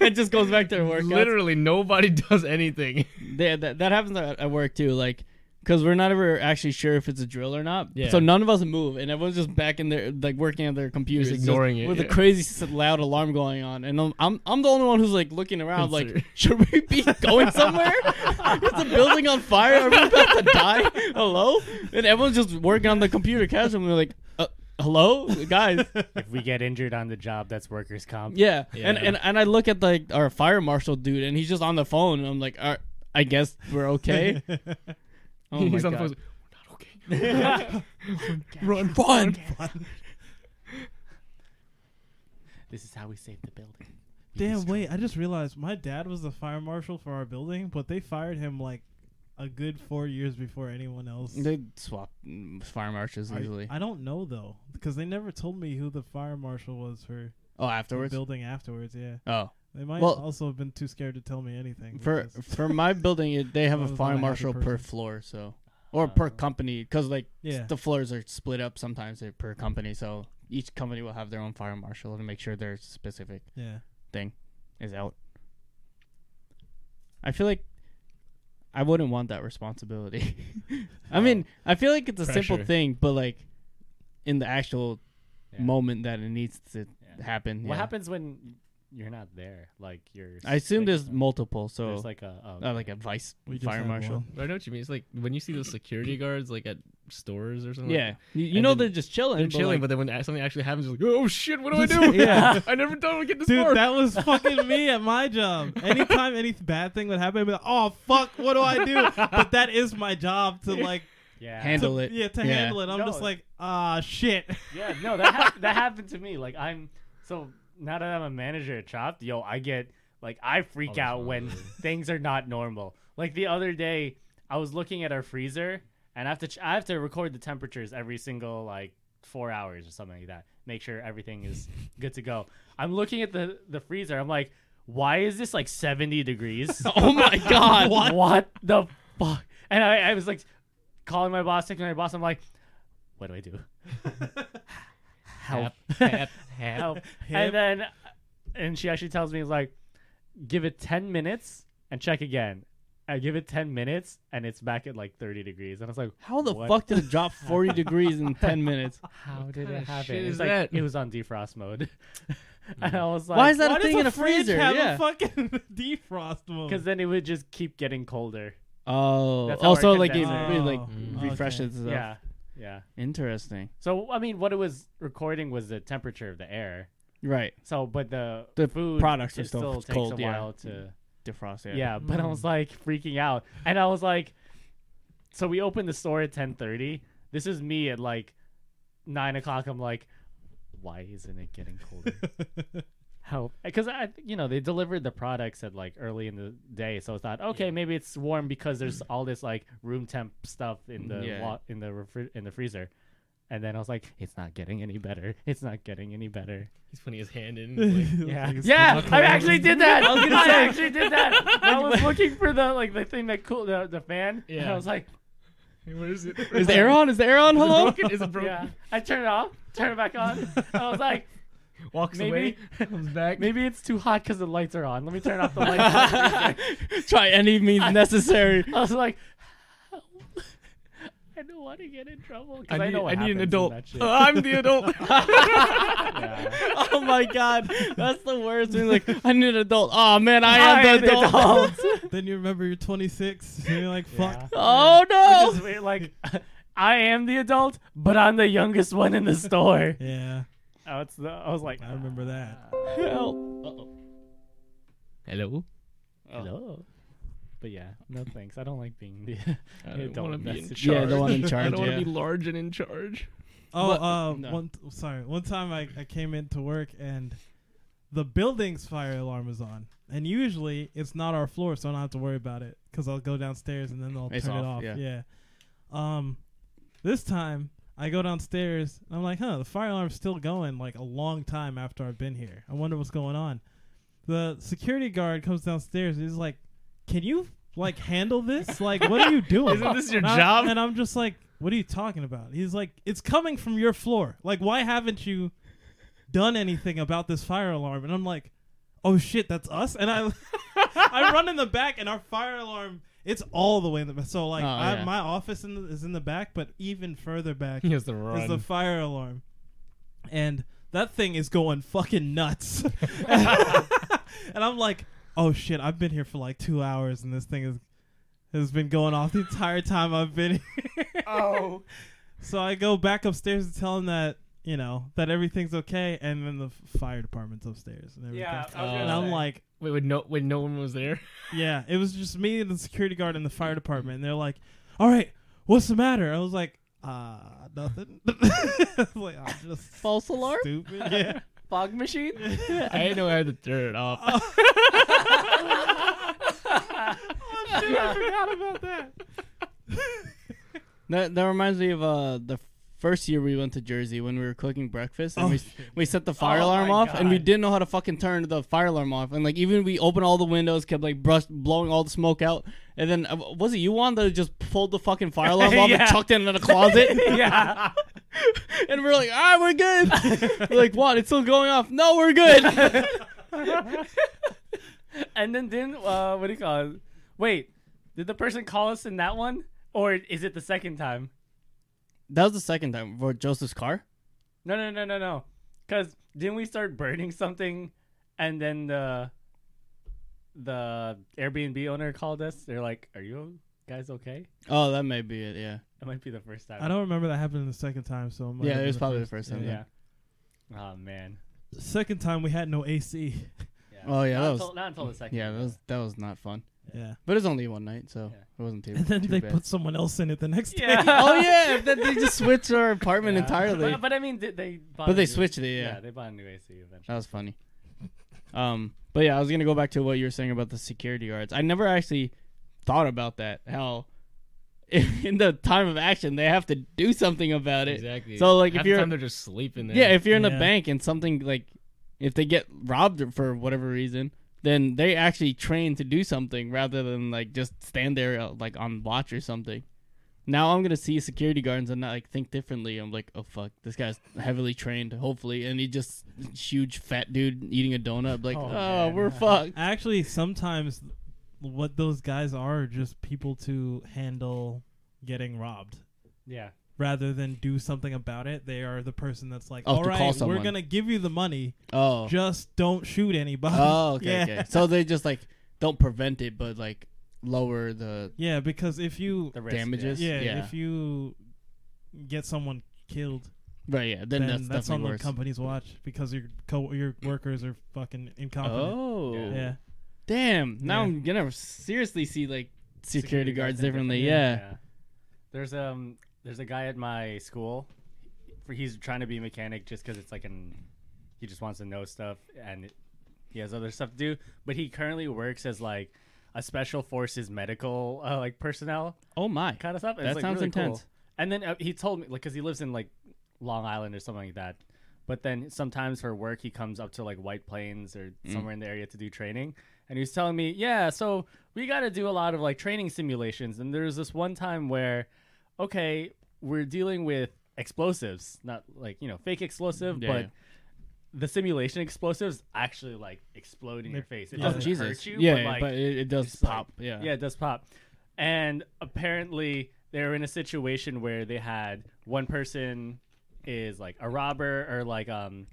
Speaker 1: it just goes back to their workouts.
Speaker 2: Literally, nobody does anything.
Speaker 1: They, that, that happens at, at work too, like because we're not ever actually sure if it's a drill or not.
Speaker 2: Yeah.
Speaker 1: So none of us move, and everyone's just back in there, like working on their computers,
Speaker 2: You're
Speaker 1: just
Speaker 2: ignoring it,
Speaker 1: with
Speaker 2: yeah.
Speaker 1: a crazy s- loud alarm going on. And I'm, I'm I'm the only one who's like looking around,
Speaker 2: Consider-
Speaker 1: like, should we be going somewhere? Is the building on fire? Are we about to die? Hello? And everyone's just working on the computer casually. We're like, uh, hello, guys.
Speaker 4: If we get injured on the job, that's workers' comp.
Speaker 1: Yeah. And,
Speaker 2: Yeah.
Speaker 1: and and I look at like our fire marshal dude, and he's just on the phone, and I'm like, all right, I guess we're okay. Oh my
Speaker 2: He's on
Speaker 1: god.
Speaker 2: the phone. he's like, We're not okay.
Speaker 1: run, run.
Speaker 4: This is how we save the building. We
Speaker 3: Damn,
Speaker 4: destroy-
Speaker 3: wait, I just realized my dad was the fire marshal for our building, but they fired him like a good four years before anyone else.
Speaker 1: They swap mm, fire marshals
Speaker 3: I-
Speaker 1: usually.
Speaker 3: I, don't know though, because they never told me who the fire marshal was for
Speaker 1: oh,
Speaker 3: the
Speaker 1: afterwards.
Speaker 3: building afterwards. Yeah,
Speaker 1: Oh,
Speaker 3: they might
Speaker 1: Well-
Speaker 3: also have been too scared to tell me anything.
Speaker 1: for
Speaker 3: because-
Speaker 1: for my building, it- they have
Speaker 3: I
Speaker 1: a
Speaker 3: was
Speaker 1: fire
Speaker 3: not a happy
Speaker 1: marshal per
Speaker 3: person.
Speaker 1: floor, so or per
Speaker 4: Uh,
Speaker 1: company, because like
Speaker 3: yeah,
Speaker 1: the floors are split up sometimes they're per company, so each company will have their own fire marshal to make sure their specific
Speaker 3: yeah.
Speaker 1: thing is out. I feel like I wouldn't want that responsibility. I mean, I feel like it's a
Speaker 2: Pressure.
Speaker 1: simple thing, but like in the actual
Speaker 4: Yeah.
Speaker 1: moment that it needs to
Speaker 4: Yeah.
Speaker 1: happen.
Speaker 4: What
Speaker 1: yeah.
Speaker 4: happens when you're not there? Like you're.
Speaker 1: I assume
Speaker 4: sick
Speaker 1: there's
Speaker 4: or-
Speaker 1: multiple, so
Speaker 4: there's like a oh,
Speaker 1: uh, like a vice
Speaker 3: We just
Speaker 1: fire
Speaker 3: had
Speaker 1: marshal.
Speaker 3: one.
Speaker 2: But I know what you mean. It's like when you see those security guards, like at stores or something.
Speaker 1: Yeah, you, you
Speaker 2: and
Speaker 1: know
Speaker 2: then
Speaker 1: they're just chilling.
Speaker 2: They're
Speaker 1: but,
Speaker 2: chilling,
Speaker 1: like-
Speaker 2: but then when a- something actually happens, you're like, oh shit, what do I do?
Speaker 1: Yeah.
Speaker 2: I never thought I would get this far.
Speaker 3: Dude, that was fucking me at my job. Anytime any bad thing would happen, I'd be like, "Oh fuck, what do I do?" But that is my job to like
Speaker 4: yeah.
Speaker 1: Hand- Handle
Speaker 3: to-
Speaker 1: it.
Speaker 3: Yeah, to
Speaker 1: Yeah.
Speaker 3: handle it. I'm
Speaker 4: No.
Speaker 3: just like, ah, shit.
Speaker 4: Yeah, no, that hap- that happened to me. Like I'm so now that I'm a manager at Chopped, yo, I get like I freak
Speaker 2: Oh, that's
Speaker 4: out when
Speaker 2: not
Speaker 4: things are not normal. Like the other day, I was looking at our freezer, and I have to ch- I have to record the temperatures every single like four hours or something like that. Make sure everything is good to go. I'm looking at the the freezer. I'm like, why is this like 70 degrees?
Speaker 1: oh my god!
Speaker 4: what? the fuck? And I, I was like calling my boss, texting my boss. I'm like, what do I do? help,
Speaker 2: Hap, hap.
Speaker 4: help.
Speaker 3: Hip.
Speaker 4: And then, and she actually tells me, like, give it 10 minutes and check again. I give it 10 minutes and it's back at like 30 degrees. And I was like,
Speaker 1: How the
Speaker 4: What?
Speaker 1: fuck did it drop forty degrees in ten minutes?
Speaker 4: how did
Speaker 2: kinda
Speaker 4: it happen?
Speaker 2: shit
Speaker 4: It's
Speaker 2: is
Speaker 4: like,
Speaker 2: that?
Speaker 4: it was on defrost mode. and I was like,
Speaker 1: Why is that
Speaker 3: Why
Speaker 1: a
Speaker 3: does
Speaker 1: thing in a
Speaker 3: fridge
Speaker 1: freezer?
Speaker 3: have
Speaker 1: Yeah.
Speaker 3: a fucking defrost mode?
Speaker 4: Because then it would just keep getting colder.
Speaker 1: oh,
Speaker 4: That's how
Speaker 1: also
Speaker 4: our
Speaker 1: like it
Speaker 4: condenser-
Speaker 1: really, like
Speaker 3: Oh,
Speaker 2: Mm.
Speaker 1: refreshes.
Speaker 3: okay.
Speaker 1: Itself.
Speaker 4: Yeah. Yeah.
Speaker 1: interesting.
Speaker 4: So, I mean, what it was recording was the temperature of the air.
Speaker 1: Right,
Speaker 4: So, but the,
Speaker 1: The
Speaker 4: food
Speaker 1: products are
Speaker 4: it
Speaker 1: still
Speaker 4: takes
Speaker 1: cold,
Speaker 4: a
Speaker 1: yeah.
Speaker 4: while to.
Speaker 1: defrost. Yeah.
Speaker 4: Yeah, but I was like freaking out, and I was like, so we opened the store at ten thirty. This is me at like nine o'clock. I'm like, why isn't it getting colder? Help, because I, you know, they delivered the products at like early in the day, so I thought, okay, maybe it's warm because there's all this like room temp stuff in the
Speaker 1: Yeah.
Speaker 4: wa- in the refri- in the freezer. And then I was like, it's not getting any better. It's not getting any better.
Speaker 2: He's putting his hand in. he's like-
Speaker 4: Yeah,
Speaker 3: Like a
Speaker 4: yeah,
Speaker 3: stomach
Speaker 4: I
Speaker 3: hole.
Speaker 4: actually did that. I,
Speaker 1: was gonna say-
Speaker 4: actually did that. I was looking for the like the thing that cooled the, the fan. Yeah, and
Speaker 2: Yeah.
Speaker 4: I was like,
Speaker 2: Hey, where is it?
Speaker 1: Is the air on? Is the air on?
Speaker 2: Is it
Speaker 1: Hello?
Speaker 2: broken? Is it broken?
Speaker 4: yeah. I turned it off, turned it back on. I was like,
Speaker 2: Walks
Speaker 4: Maybe-
Speaker 2: away, comes back.
Speaker 4: maybe it's too hot because the lights are on. Let me turn off the lights.
Speaker 1: Try any means necessary.
Speaker 4: I was like, I don't want to get in trouble
Speaker 2: I
Speaker 4: because
Speaker 2: need,
Speaker 4: I, know what
Speaker 2: I need an
Speaker 4: happens in
Speaker 2: adult.
Speaker 4: That shit.
Speaker 2: I'm the adult.
Speaker 4: Yeah.
Speaker 1: Oh my god, that's the worst. Being like, I need an adult. Oh man, I am
Speaker 4: I
Speaker 1: the
Speaker 4: am the
Speaker 1: adult.
Speaker 3: Then you remember you're 26 and you're like, fuck.
Speaker 4: Yeah.
Speaker 1: oh
Speaker 4: Which is
Speaker 1: no.
Speaker 4: weird, like, I am the adult, but I'm the youngest one in the store.
Speaker 3: Yeah.
Speaker 4: Oh, it's the, I was like,
Speaker 3: I remember that.
Speaker 1: Help.
Speaker 2: Hello.
Speaker 4: Hello. Oh. But yeah, no thanks. I don't like being the.
Speaker 2: I
Speaker 4: don't
Speaker 2: don't want to be in
Speaker 4: message-
Speaker 2: charge.
Speaker 1: Yeah, don't wanna in
Speaker 2: I
Speaker 1: charge,
Speaker 2: don't want to
Speaker 1: yeah.
Speaker 2: be large and in charge.
Speaker 3: Oh,
Speaker 1: But-
Speaker 3: uh,
Speaker 1: no.
Speaker 3: one t- sorry. One time I, I came into work and the building's fire alarm was on. And usually it's not our floor, so I don't have to worry about it because I'll go downstairs and then they'll
Speaker 1: It's
Speaker 3: turn
Speaker 1: off,
Speaker 3: it
Speaker 1: yeah.
Speaker 3: off. Yeah. Um, this time I go downstairs and I'm like, huh, the fire alarm's still going like a long time after I've been here. I wonder what's going on. The security guard comes downstairs and he's like, can you like handle this? Like, what are you doing?
Speaker 2: Isn't this your
Speaker 3: And I-
Speaker 2: job?
Speaker 3: and I'm just like, what are you talking about? He's like, it's coming from your floor. Like, why haven't you done anything about this fire alarm? And I'm like, oh shit, that's us. And I, I run in the back, and our fire alarm. It's all the way in the back. So like,
Speaker 1: Oh,
Speaker 3: I,
Speaker 1: yeah.
Speaker 3: my office in the, is in the back, but even further back
Speaker 2: He has to
Speaker 3: is
Speaker 2: run.
Speaker 3: the fire alarm, and that thing is going fucking nuts. and I'm like, oh shit, I've been here for like two hours, and this thing is has been going off the entire time I've been here.
Speaker 4: Oh.
Speaker 3: So I go back upstairs to tell him that you know that everything's okay, and then the f- fire department's upstairs and everything.
Speaker 4: Yeah. I was
Speaker 1: Uh,
Speaker 2: Oh.
Speaker 4: gonna
Speaker 3: and I'm
Speaker 4: say.
Speaker 3: like,
Speaker 2: wait, wait, no, wait, no one was there.
Speaker 3: yeah, it was just me and the security guard and the fire department. And they're like, all right, what's the matter? I was like, uh, nothing. I was like, I'm just
Speaker 1: False alarm?
Speaker 3: stupid. Yeah.
Speaker 1: Fog machine?
Speaker 2: I didn't know I had to turn it off.
Speaker 3: oh shit, I forgot about that.
Speaker 1: That that reminds me of uh the first year we went to Jersey when we were cooking breakfast and
Speaker 3: Oh,
Speaker 1: we we set the fire
Speaker 4: Oh,
Speaker 1: alarm
Speaker 4: my
Speaker 1: off and we
Speaker 4: God.
Speaker 1: didn't know how to fucking turn the fire alarm off and like even we opened all the windows kept like brush blowing all the smoke out and then uh, was it you one that just pulled the fucking fire alarm off
Speaker 4: Yeah.
Speaker 1: and chucked it in a closet
Speaker 4: yeah.
Speaker 1: and we're like ah we're good we're like what it's still going off no we're good
Speaker 4: And then didn't uh, what do you call it? Wait, did the person call us in that one, or is it the second time?
Speaker 1: that was the second time for Joseph's car
Speaker 4: No, no, no, no, no. Because didn't we start burning something, and then the the Airbnb owner called us. They're like, "Are you guys okay?"
Speaker 1: oh that may be it yeah
Speaker 4: That might be the first time.
Speaker 3: I don't remember that happening the second time, so I'm
Speaker 1: Yeah, it was probably the first time,
Speaker 4: Yeah. Oh man.
Speaker 3: Second time we had no AC.
Speaker 4: Yeah.
Speaker 1: oh yeah
Speaker 4: not,
Speaker 1: that was
Speaker 4: until, not until the second.
Speaker 1: yeah
Speaker 4: time.
Speaker 1: that was that was not fun
Speaker 3: Yeah.
Speaker 1: but it was only one night so
Speaker 4: Yeah.
Speaker 1: it wasn't too
Speaker 3: And then
Speaker 1: too
Speaker 3: they
Speaker 1: bad.
Speaker 3: put someone else in it the next day.
Speaker 4: Yeah.
Speaker 1: oh yeah, if that, they just switched our apartment
Speaker 4: Yeah.
Speaker 1: entirely.
Speaker 4: But, but I mean, did they? Bought
Speaker 1: But
Speaker 4: a
Speaker 1: they
Speaker 4: new-
Speaker 1: switched it, yeah. Uh,
Speaker 4: they bought a new AC eventually.
Speaker 1: That was funny. Um, but yeah, I was gonna go back to what you were saying about the security guards. I never actually thought about that. How in the time of action they have to do something about it.
Speaker 2: Exactly.
Speaker 1: So, like, if
Speaker 2: Half the
Speaker 1: you're-
Speaker 2: time they're just sleeping there.
Speaker 1: Yeah, if you're in a
Speaker 3: Yeah.
Speaker 1: bank and something like if they get robbed for whatever reason, then they actually train to do something rather than like just stand there uh, like on watch or something. Now I'm gonna see security guards and not like think differently. I'm like, oh fuck, this guy's heavily trained, hopefully, and he just huge fat dude eating a donut. Like,
Speaker 4: Oh,
Speaker 1: oh,
Speaker 4: man.
Speaker 1: we're fucked.
Speaker 3: Actually, sometimes what those guys are are just people to handle getting robbed.
Speaker 4: yeah.
Speaker 3: Rather than do something about it, they are the person that's like,
Speaker 1: Oh, to
Speaker 3: "All
Speaker 1: call
Speaker 3: right, we're
Speaker 1: someone."
Speaker 3: gonna give you the money,
Speaker 1: Oh,
Speaker 3: just don't shoot anybody."
Speaker 1: oh, okay,
Speaker 3: yeah.
Speaker 1: okay. So they just like don't prevent it, but like lower the
Speaker 3: yeah, because if you,
Speaker 4: The risk,
Speaker 1: damages.
Speaker 3: yeah,
Speaker 1: yeah.
Speaker 3: if you get someone killed,
Speaker 1: right, yeah. Then,
Speaker 3: then,
Speaker 1: that's,
Speaker 3: that's,
Speaker 1: definitely
Speaker 3: on the
Speaker 1: worse.
Speaker 3: company's watch because your co your workers are fucking incompetent.
Speaker 1: Oh,
Speaker 4: Yeah.
Speaker 3: Yeah,
Speaker 1: Damn. Now
Speaker 3: Yeah.
Speaker 1: I'm gonna seriously see like security, guards,
Speaker 4: think
Speaker 1: differently. Yeah.
Speaker 4: There's um there's a guy at my school. For he's trying to be a mechanic just because it's like an he just wants to know stuff and it, he has other stuff to do. But he currently works as like a special forces medical uh, like personnel
Speaker 1: Oh my.
Speaker 4: kind of stuff. and
Speaker 1: That
Speaker 4: it's, like,
Speaker 1: sounds
Speaker 4: really cool.
Speaker 1: intense.
Speaker 4: And then uh, he told me like because he lives in like Long Island or something like that. But then sometimes for work, he comes up to like White Plains or
Speaker 1: Mm.
Speaker 4: somewhere in the area to do training. And he was telling me, yeah, so we got to do a lot of like training simulations. And there's this one time where, okay, we're dealing with explosives, not like, you know, fake explosive,
Speaker 1: Yeah,
Speaker 4: but
Speaker 1: yeah.
Speaker 4: the simulation explosives actually like explode in your face. It
Speaker 3: Yeah.
Speaker 4: doesn't
Speaker 3: Oh,
Speaker 4: hurt you,
Speaker 1: yeah,
Speaker 4: but like
Speaker 1: it, it does
Speaker 4: it's like-
Speaker 1: pop. yeah,
Speaker 4: yeah, it does pop. And apparently, they were in a situation where they had one person is like a robber or like um,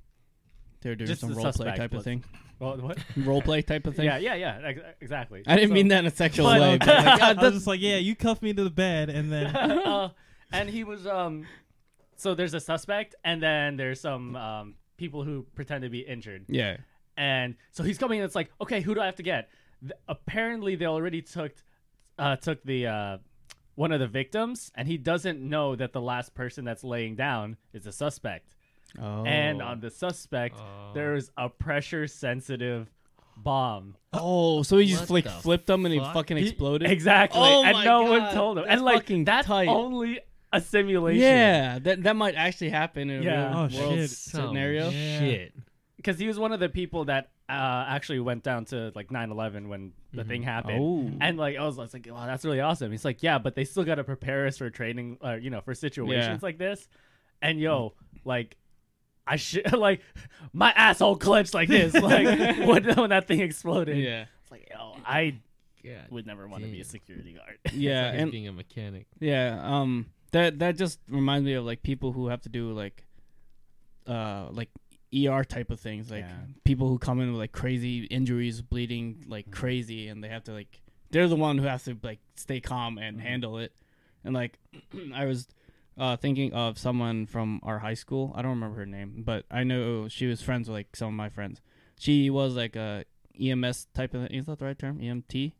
Speaker 1: they're doing
Speaker 4: Just
Speaker 1: some
Speaker 4: the
Speaker 1: role play
Speaker 4: suspect
Speaker 1: type of
Speaker 4: was-
Speaker 1: thing.
Speaker 4: well, what?
Speaker 1: Role play type of thing.
Speaker 4: yeah, yeah, yeah, ex- exactly.
Speaker 1: I didn't
Speaker 4: So-
Speaker 1: mean that in a sexual
Speaker 4: But-
Speaker 1: way. But like,
Speaker 3: I
Speaker 1: uh,
Speaker 3: was
Speaker 1: that's-
Speaker 3: just like, yeah, you cuffed me to the bed, and then
Speaker 4: Uh, and he was um, so there's a suspect, and then there's some um people who pretend to be injured.
Speaker 1: yeah,
Speaker 4: and so he's coming and it's like okay who do i have to get Th- apparently they already took uh took the uh one of the victims and he doesn't know that the last person that's laying down is a suspect
Speaker 1: oh.
Speaker 4: and on the suspect
Speaker 2: Oh.
Speaker 4: there's a pressure sensitive bomb
Speaker 1: oh, so he just
Speaker 2: What
Speaker 1: like
Speaker 2: the
Speaker 1: flipped them and he
Speaker 2: fuck?
Speaker 1: fucking
Speaker 4: He-
Speaker 1: exploded.
Speaker 4: exactly
Speaker 1: Oh
Speaker 4: and
Speaker 1: my
Speaker 4: no one
Speaker 1: God,
Speaker 4: told him
Speaker 1: that's
Speaker 4: and like
Speaker 1: fucking
Speaker 4: that's
Speaker 1: tight.
Speaker 4: only a simulation
Speaker 1: yeah, that that might actually happen in a
Speaker 4: Yeah.
Speaker 1: real
Speaker 3: Oh,
Speaker 1: world
Speaker 3: shit.
Speaker 1: scenario.
Speaker 3: Yeah.
Speaker 2: Shit.
Speaker 4: because he was one of the people that uh, actually went down to like 9-11 when the thing happened
Speaker 1: Oh.
Speaker 4: and like I was, I was like wow that's really awesome he's like yeah but they still got to prepare us for training uh, you know for situations
Speaker 1: Yeah.
Speaker 4: like this and yo like i should like my asshole clenched like this like when, when that thing exploded
Speaker 1: Yeah,
Speaker 4: it's like yo i
Speaker 2: God.
Speaker 4: would never want to be a
Speaker 2: Damn.
Speaker 4: security guard
Speaker 1: yeah,
Speaker 2: and
Speaker 1: and
Speaker 2: being a mechanic.
Speaker 1: Yeah, um that that just reminds me of like people who have to do like uh like ER type of things, like
Speaker 4: Yeah.
Speaker 1: people who come in with like crazy injuries, bleeding like
Speaker 4: Mm-hmm.
Speaker 1: crazy and they have to like they're the one who has to like stay calm
Speaker 4: Mm-hmm.
Speaker 1: and handle it. And like I was uh thinking of someone from our high school. I don't remember her name, but I know she was friends with like some of my friends. She was like a EMS type of is that the right term? E EMT?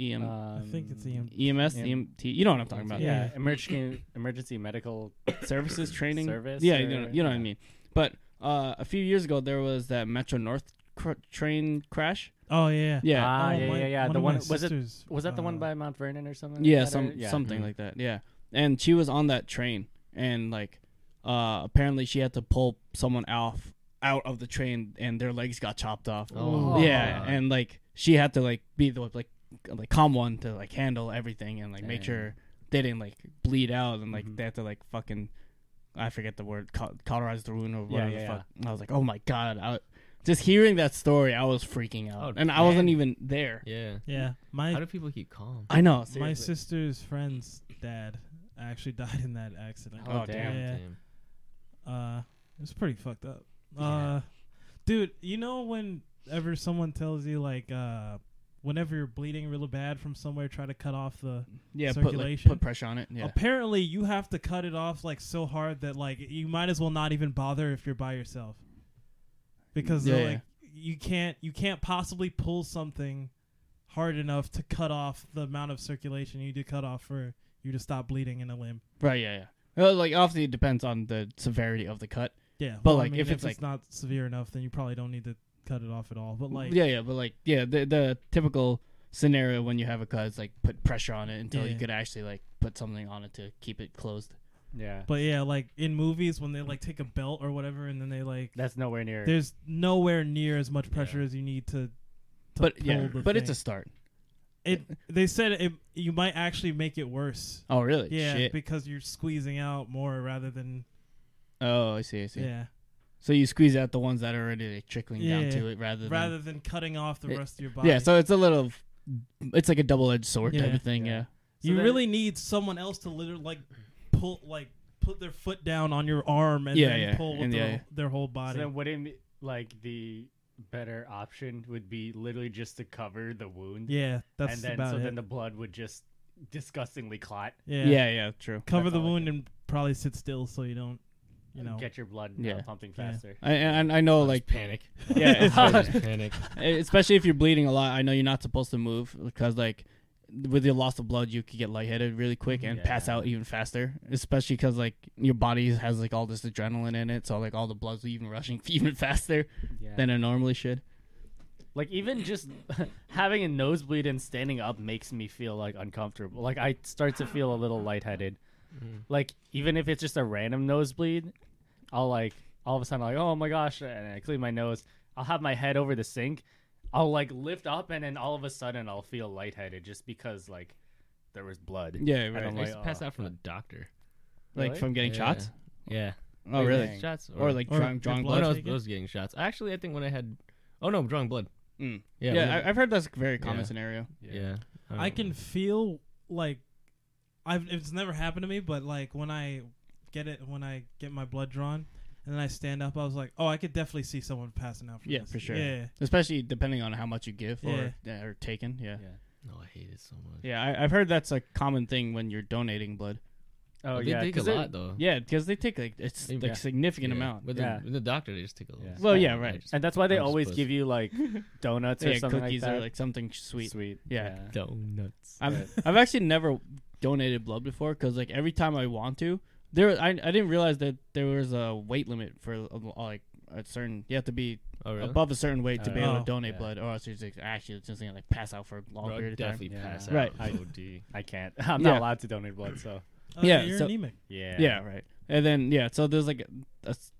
Speaker 1: EM
Speaker 3: I think it's
Speaker 4: Um,
Speaker 3: EM.
Speaker 1: EMS,
Speaker 4: yeah.
Speaker 1: EMT. E You know what I'm talking about.
Speaker 4: E yeah emergency emergency medical
Speaker 1: services training
Speaker 4: Service
Speaker 1: yeah you know,
Speaker 4: or-
Speaker 1: you know what i mean but uh, a few years ago there was that metro north cr- train crash
Speaker 3: Oh yeah.
Speaker 1: yeah
Speaker 4: Ah,
Speaker 3: Oh,
Speaker 4: yeah,
Speaker 3: my-
Speaker 4: yeah, yeah.
Speaker 3: One
Speaker 4: The
Speaker 3: of
Speaker 4: one
Speaker 3: my
Speaker 4: was it
Speaker 3: sisters,
Speaker 4: was that the one
Speaker 3: uh,
Speaker 4: by Mount Vernon or something? like
Speaker 1: yeah
Speaker 4: that,
Speaker 1: some
Speaker 4: or- yeah. Mm-hmm.
Speaker 1: something
Speaker 2: Mhm.
Speaker 1: like that yeah and she was on that train and like uh apparently she had to pull someone off out of the train and their legs got chopped off
Speaker 2: Oh.
Speaker 1: yeah
Speaker 2: God.
Speaker 1: and like she had to like be the like like calm one to like handle everything and like make
Speaker 2: Damn.
Speaker 1: sure they didn't like bleed out and
Speaker 4: Mm-hmm.
Speaker 1: like they had to like fucking I forget the word col- cauterize the wound or whatever
Speaker 4: yeah,
Speaker 1: the fuck. And I was like, oh my god, I, just hearing that story, I was freaking out,
Speaker 2: Oh,
Speaker 1: and I wasn't
Speaker 2: man.
Speaker 1: even there.
Speaker 2: Yeah.
Speaker 3: Yeah,
Speaker 2: How
Speaker 3: my
Speaker 2: do people keep calm?
Speaker 1: I know.
Speaker 3: my
Speaker 1: seriously.
Speaker 3: sister's friend's dad actually died in that accident.
Speaker 1: Oh, damn.
Speaker 3: Yeah.
Speaker 2: Damn.
Speaker 3: Uh, it was pretty fucked up.
Speaker 2: Yeah.
Speaker 3: Uh, dude, you know whenever someone tells you like, uh, whenever you're bleeding really bad from somewhere, try to cut off the.
Speaker 1: yeah, put like,
Speaker 3: circulation.
Speaker 1: put pressure on it.
Speaker 4: Oh.
Speaker 1: Yeah,
Speaker 3: Apparently, you have to cut it off like so hard that like you might as well not even bother if you're by yourself, because they're
Speaker 1: Yeah.
Speaker 3: like you can't you can't possibly pull something hard enough to cut off the amount of circulation you need to cut off for you to stop bleeding in a limb.
Speaker 1: right. Yeah, yeah. Well, like obviously it depends on the severity of the cut.
Speaker 3: Yeah,
Speaker 1: But,
Speaker 3: well, I
Speaker 1: like,
Speaker 3: mean,
Speaker 1: if it's,
Speaker 3: it's not severe enough, then you probably don't need to cut it off at all. But like,
Speaker 1: yeah, yeah, but like yeah, the the typical scenario when you have a cut is like put pressure on it until you
Speaker 3: Yeah.
Speaker 1: could actually like put something on it to keep it closed.
Speaker 4: Yeah.
Speaker 3: But yeah, like in movies when they like take a belt or whatever, and then they like
Speaker 4: That's nowhere near.
Speaker 3: there's nowhere near as much pressure as you need to. to
Speaker 1: But
Speaker 3: pull
Speaker 1: yeah,
Speaker 3: the
Speaker 1: but it's a
Speaker 3: thing.
Speaker 1: start.
Speaker 3: It they said it, you might actually make it worse.
Speaker 1: Oh really?
Speaker 3: Yeah,
Speaker 1: Shit.
Speaker 3: because you're squeezing out more rather than
Speaker 1: oh, I see. I see.
Speaker 3: yeah,
Speaker 1: So you squeeze out the ones that are already like, trickling
Speaker 3: Yeah.
Speaker 1: down to it rather than
Speaker 3: rather than cutting off the
Speaker 1: It-
Speaker 3: rest of your body.
Speaker 1: Yeah, so it's a little, it's like a double edged sword type
Speaker 3: Yeah.
Speaker 1: of thing. Yeah.
Speaker 4: So
Speaker 3: you
Speaker 4: then-
Speaker 3: really need someone else to literally like pull like put their foot down on your arm and
Speaker 1: Yeah,
Speaker 3: then
Speaker 1: yeah,
Speaker 3: pull with
Speaker 1: and
Speaker 3: their,
Speaker 1: yeah, yeah.
Speaker 3: their whole
Speaker 4: So
Speaker 3: body.
Speaker 4: then wouldn't it, like the better option would be literally just to cover the wound.
Speaker 3: yeah, that's
Speaker 4: and then
Speaker 3: about
Speaker 4: so
Speaker 3: it.
Speaker 4: then the blood would just disgustingly clot.
Speaker 1: yeah,
Speaker 3: yeah,
Speaker 1: yeah, true.
Speaker 3: cover
Speaker 4: that's
Speaker 3: the
Speaker 4: all I
Speaker 3: wound and probably sit still so you don't, you know.
Speaker 4: Get your blood uh,
Speaker 1: Yeah.
Speaker 4: pumping
Speaker 3: Yeah.
Speaker 4: faster.
Speaker 1: I and I know like
Speaker 2: Just panic.
Speaker 1: yeah,
Speaker 2: Just panic.
Speaker 1: E, especially if you're bleeding a lot. I know you're not supposed to move because like with your loss of blood, you could get lightheaded really quick and pass
Speaker 4: Yeah.
Speaker 1: out even faster. Especially because like your body has like all this adrenaline in it, so like all the blood's even rushing even faster
Speaker 4: Yeah.
Speaker 1: than it normally should.
Speaker 4: like even just having a nosebleed and standing up makes me feel like uncomfortable. Like
Speaker 1: Mm-hmm.
Speaker 4: I start to feel a little lightheaded. Like even if it's just a random nosebleed, I'll like all of a sudden like oh my gosh, and I clean my nose. I'll have my head over the sink. I'll like lift up, and then all of a sudden I'll feel lightheaded just because like there was blood.
Speaker 1: Yeah,
Speaker 4: And
Speaker 1: right.
Speaker 4: I'm
Speaker 2: I used to
Speaker 4: like,
Speaker 2: pass
Speaker 4: "Oh,
Speaker 2: out from the doctor.
Speaker 1: like
Speaker 4: really?"
Speaker 1: from getting
Speaker 2: Yeah.
Speaker 1: shots.
Speaker 2: Yeah.
Speaker 1: Oh,
Speaker 2: Either
Speaker 1: really?
Speaker 2: Shots or,
Speaker 1: Or like
Speaker 3: Or
Speaker 1: drawing,
Speaker 3: your
Speaker 1: drawing blood.
Speaker 2: blood. Oh, no, it was,
Speaker 3: taken?
Speaker 2: it was getting shots. Actually, I think when I had. Oh no, drawing blood.
Speaker 1: Mm. yeah,
Speaker 2: Yeah. we had-
Speaker 1: I, I've heard that's a very common
Speaker 2: Yeah.
Speaker 1: scenario.
Speaker 2: yeah.
Speaker 1: Oh.
Speaker 2: don't
Speaker 3: I
Speaker 2: know.
Speaker 3: can feel like I've it's never happened to me, but like when I get it when I get my blood drawn and then I stand up, I was like, oh, I could definitely see someone passing out. From
Speaker 1: Yeah,
Speaker 3: this.
Speaker 1: for sure.
Speaker 3: Yeah,
Speaker 1: Especially depending on how much you give or, yeah, or taken. Yeah.
Speaker 4: Yeah.
Speaker 2: No, I hate it so much.
Speaker 1: Yeah, I, I've heard that's a common thing when you're donating blood.
Speaker 4: Oh
Speaker 2: they
Speaker 4: yeah,
Speaker 2: take a
Speaker 4: 'cause it-
Speaker 2: lot though.
Speaker 1: Yeah, because they take like it's
Speaker 2: Yeah.
Speaker 1: like significant
Speaker 2: Yeah.
Speaker 1: amount.
Speaker 2: But
Speaker 4: Yeah.
Speaker 2: the, with the doctor, they just take a lot.
Speaker 4: Yeah.
Speaker 1: Well, yeah, right.
Speaker 2: Just,
Speaker 4: And that's why they
Speaker 2: I'm just
Speaker 4: always
Speaker 2: pussy.
Speaker 4: give you like donuts or
Speaker 1: yeah,
Speaker 4: something
Speaker 1: cookies
Speaker 4: like that.
Speaker 1: or like something sweet.
Speaker 4: Sweet.
Speaker 1: Yeah.
Speaker 2: donuts.
Speaker 1: I've I've actually never donated blood before because like every time I want to, there I I didn't realize that there was a weight limit for uh, like a certain you have to be
Speaker 2: Oh really?
Speaker 1: above a certain weight to be able
Speaker 3: Oh.
Speaker 1: to donate
Speaker 4: Yeah.
Speaker 1: blood or else you're just actually it's just gonna like pass out for a long
Speaker 2: Bro, I'd
Speaker 1: period of time.
Speaker 2: definitely
Speaker 4: Yeah.
Speaker 2: pass out.
Speaker 1: Right.
Speaker 4: I-
Speaker 2: OD.
Speaker 4: I can't. I'm
Speaker 1: Yeah.
Speaker 4: not allowed to donate blood, so
Speaker 3: Oh,
Speaker 1: Yeah,
Speaker 3: you're
Speaker 1: so-
Speaker 3: anemic.
Speaker 4: yeah.
Speaker 1: Yeah. right. And then yeah, so there's like a, s-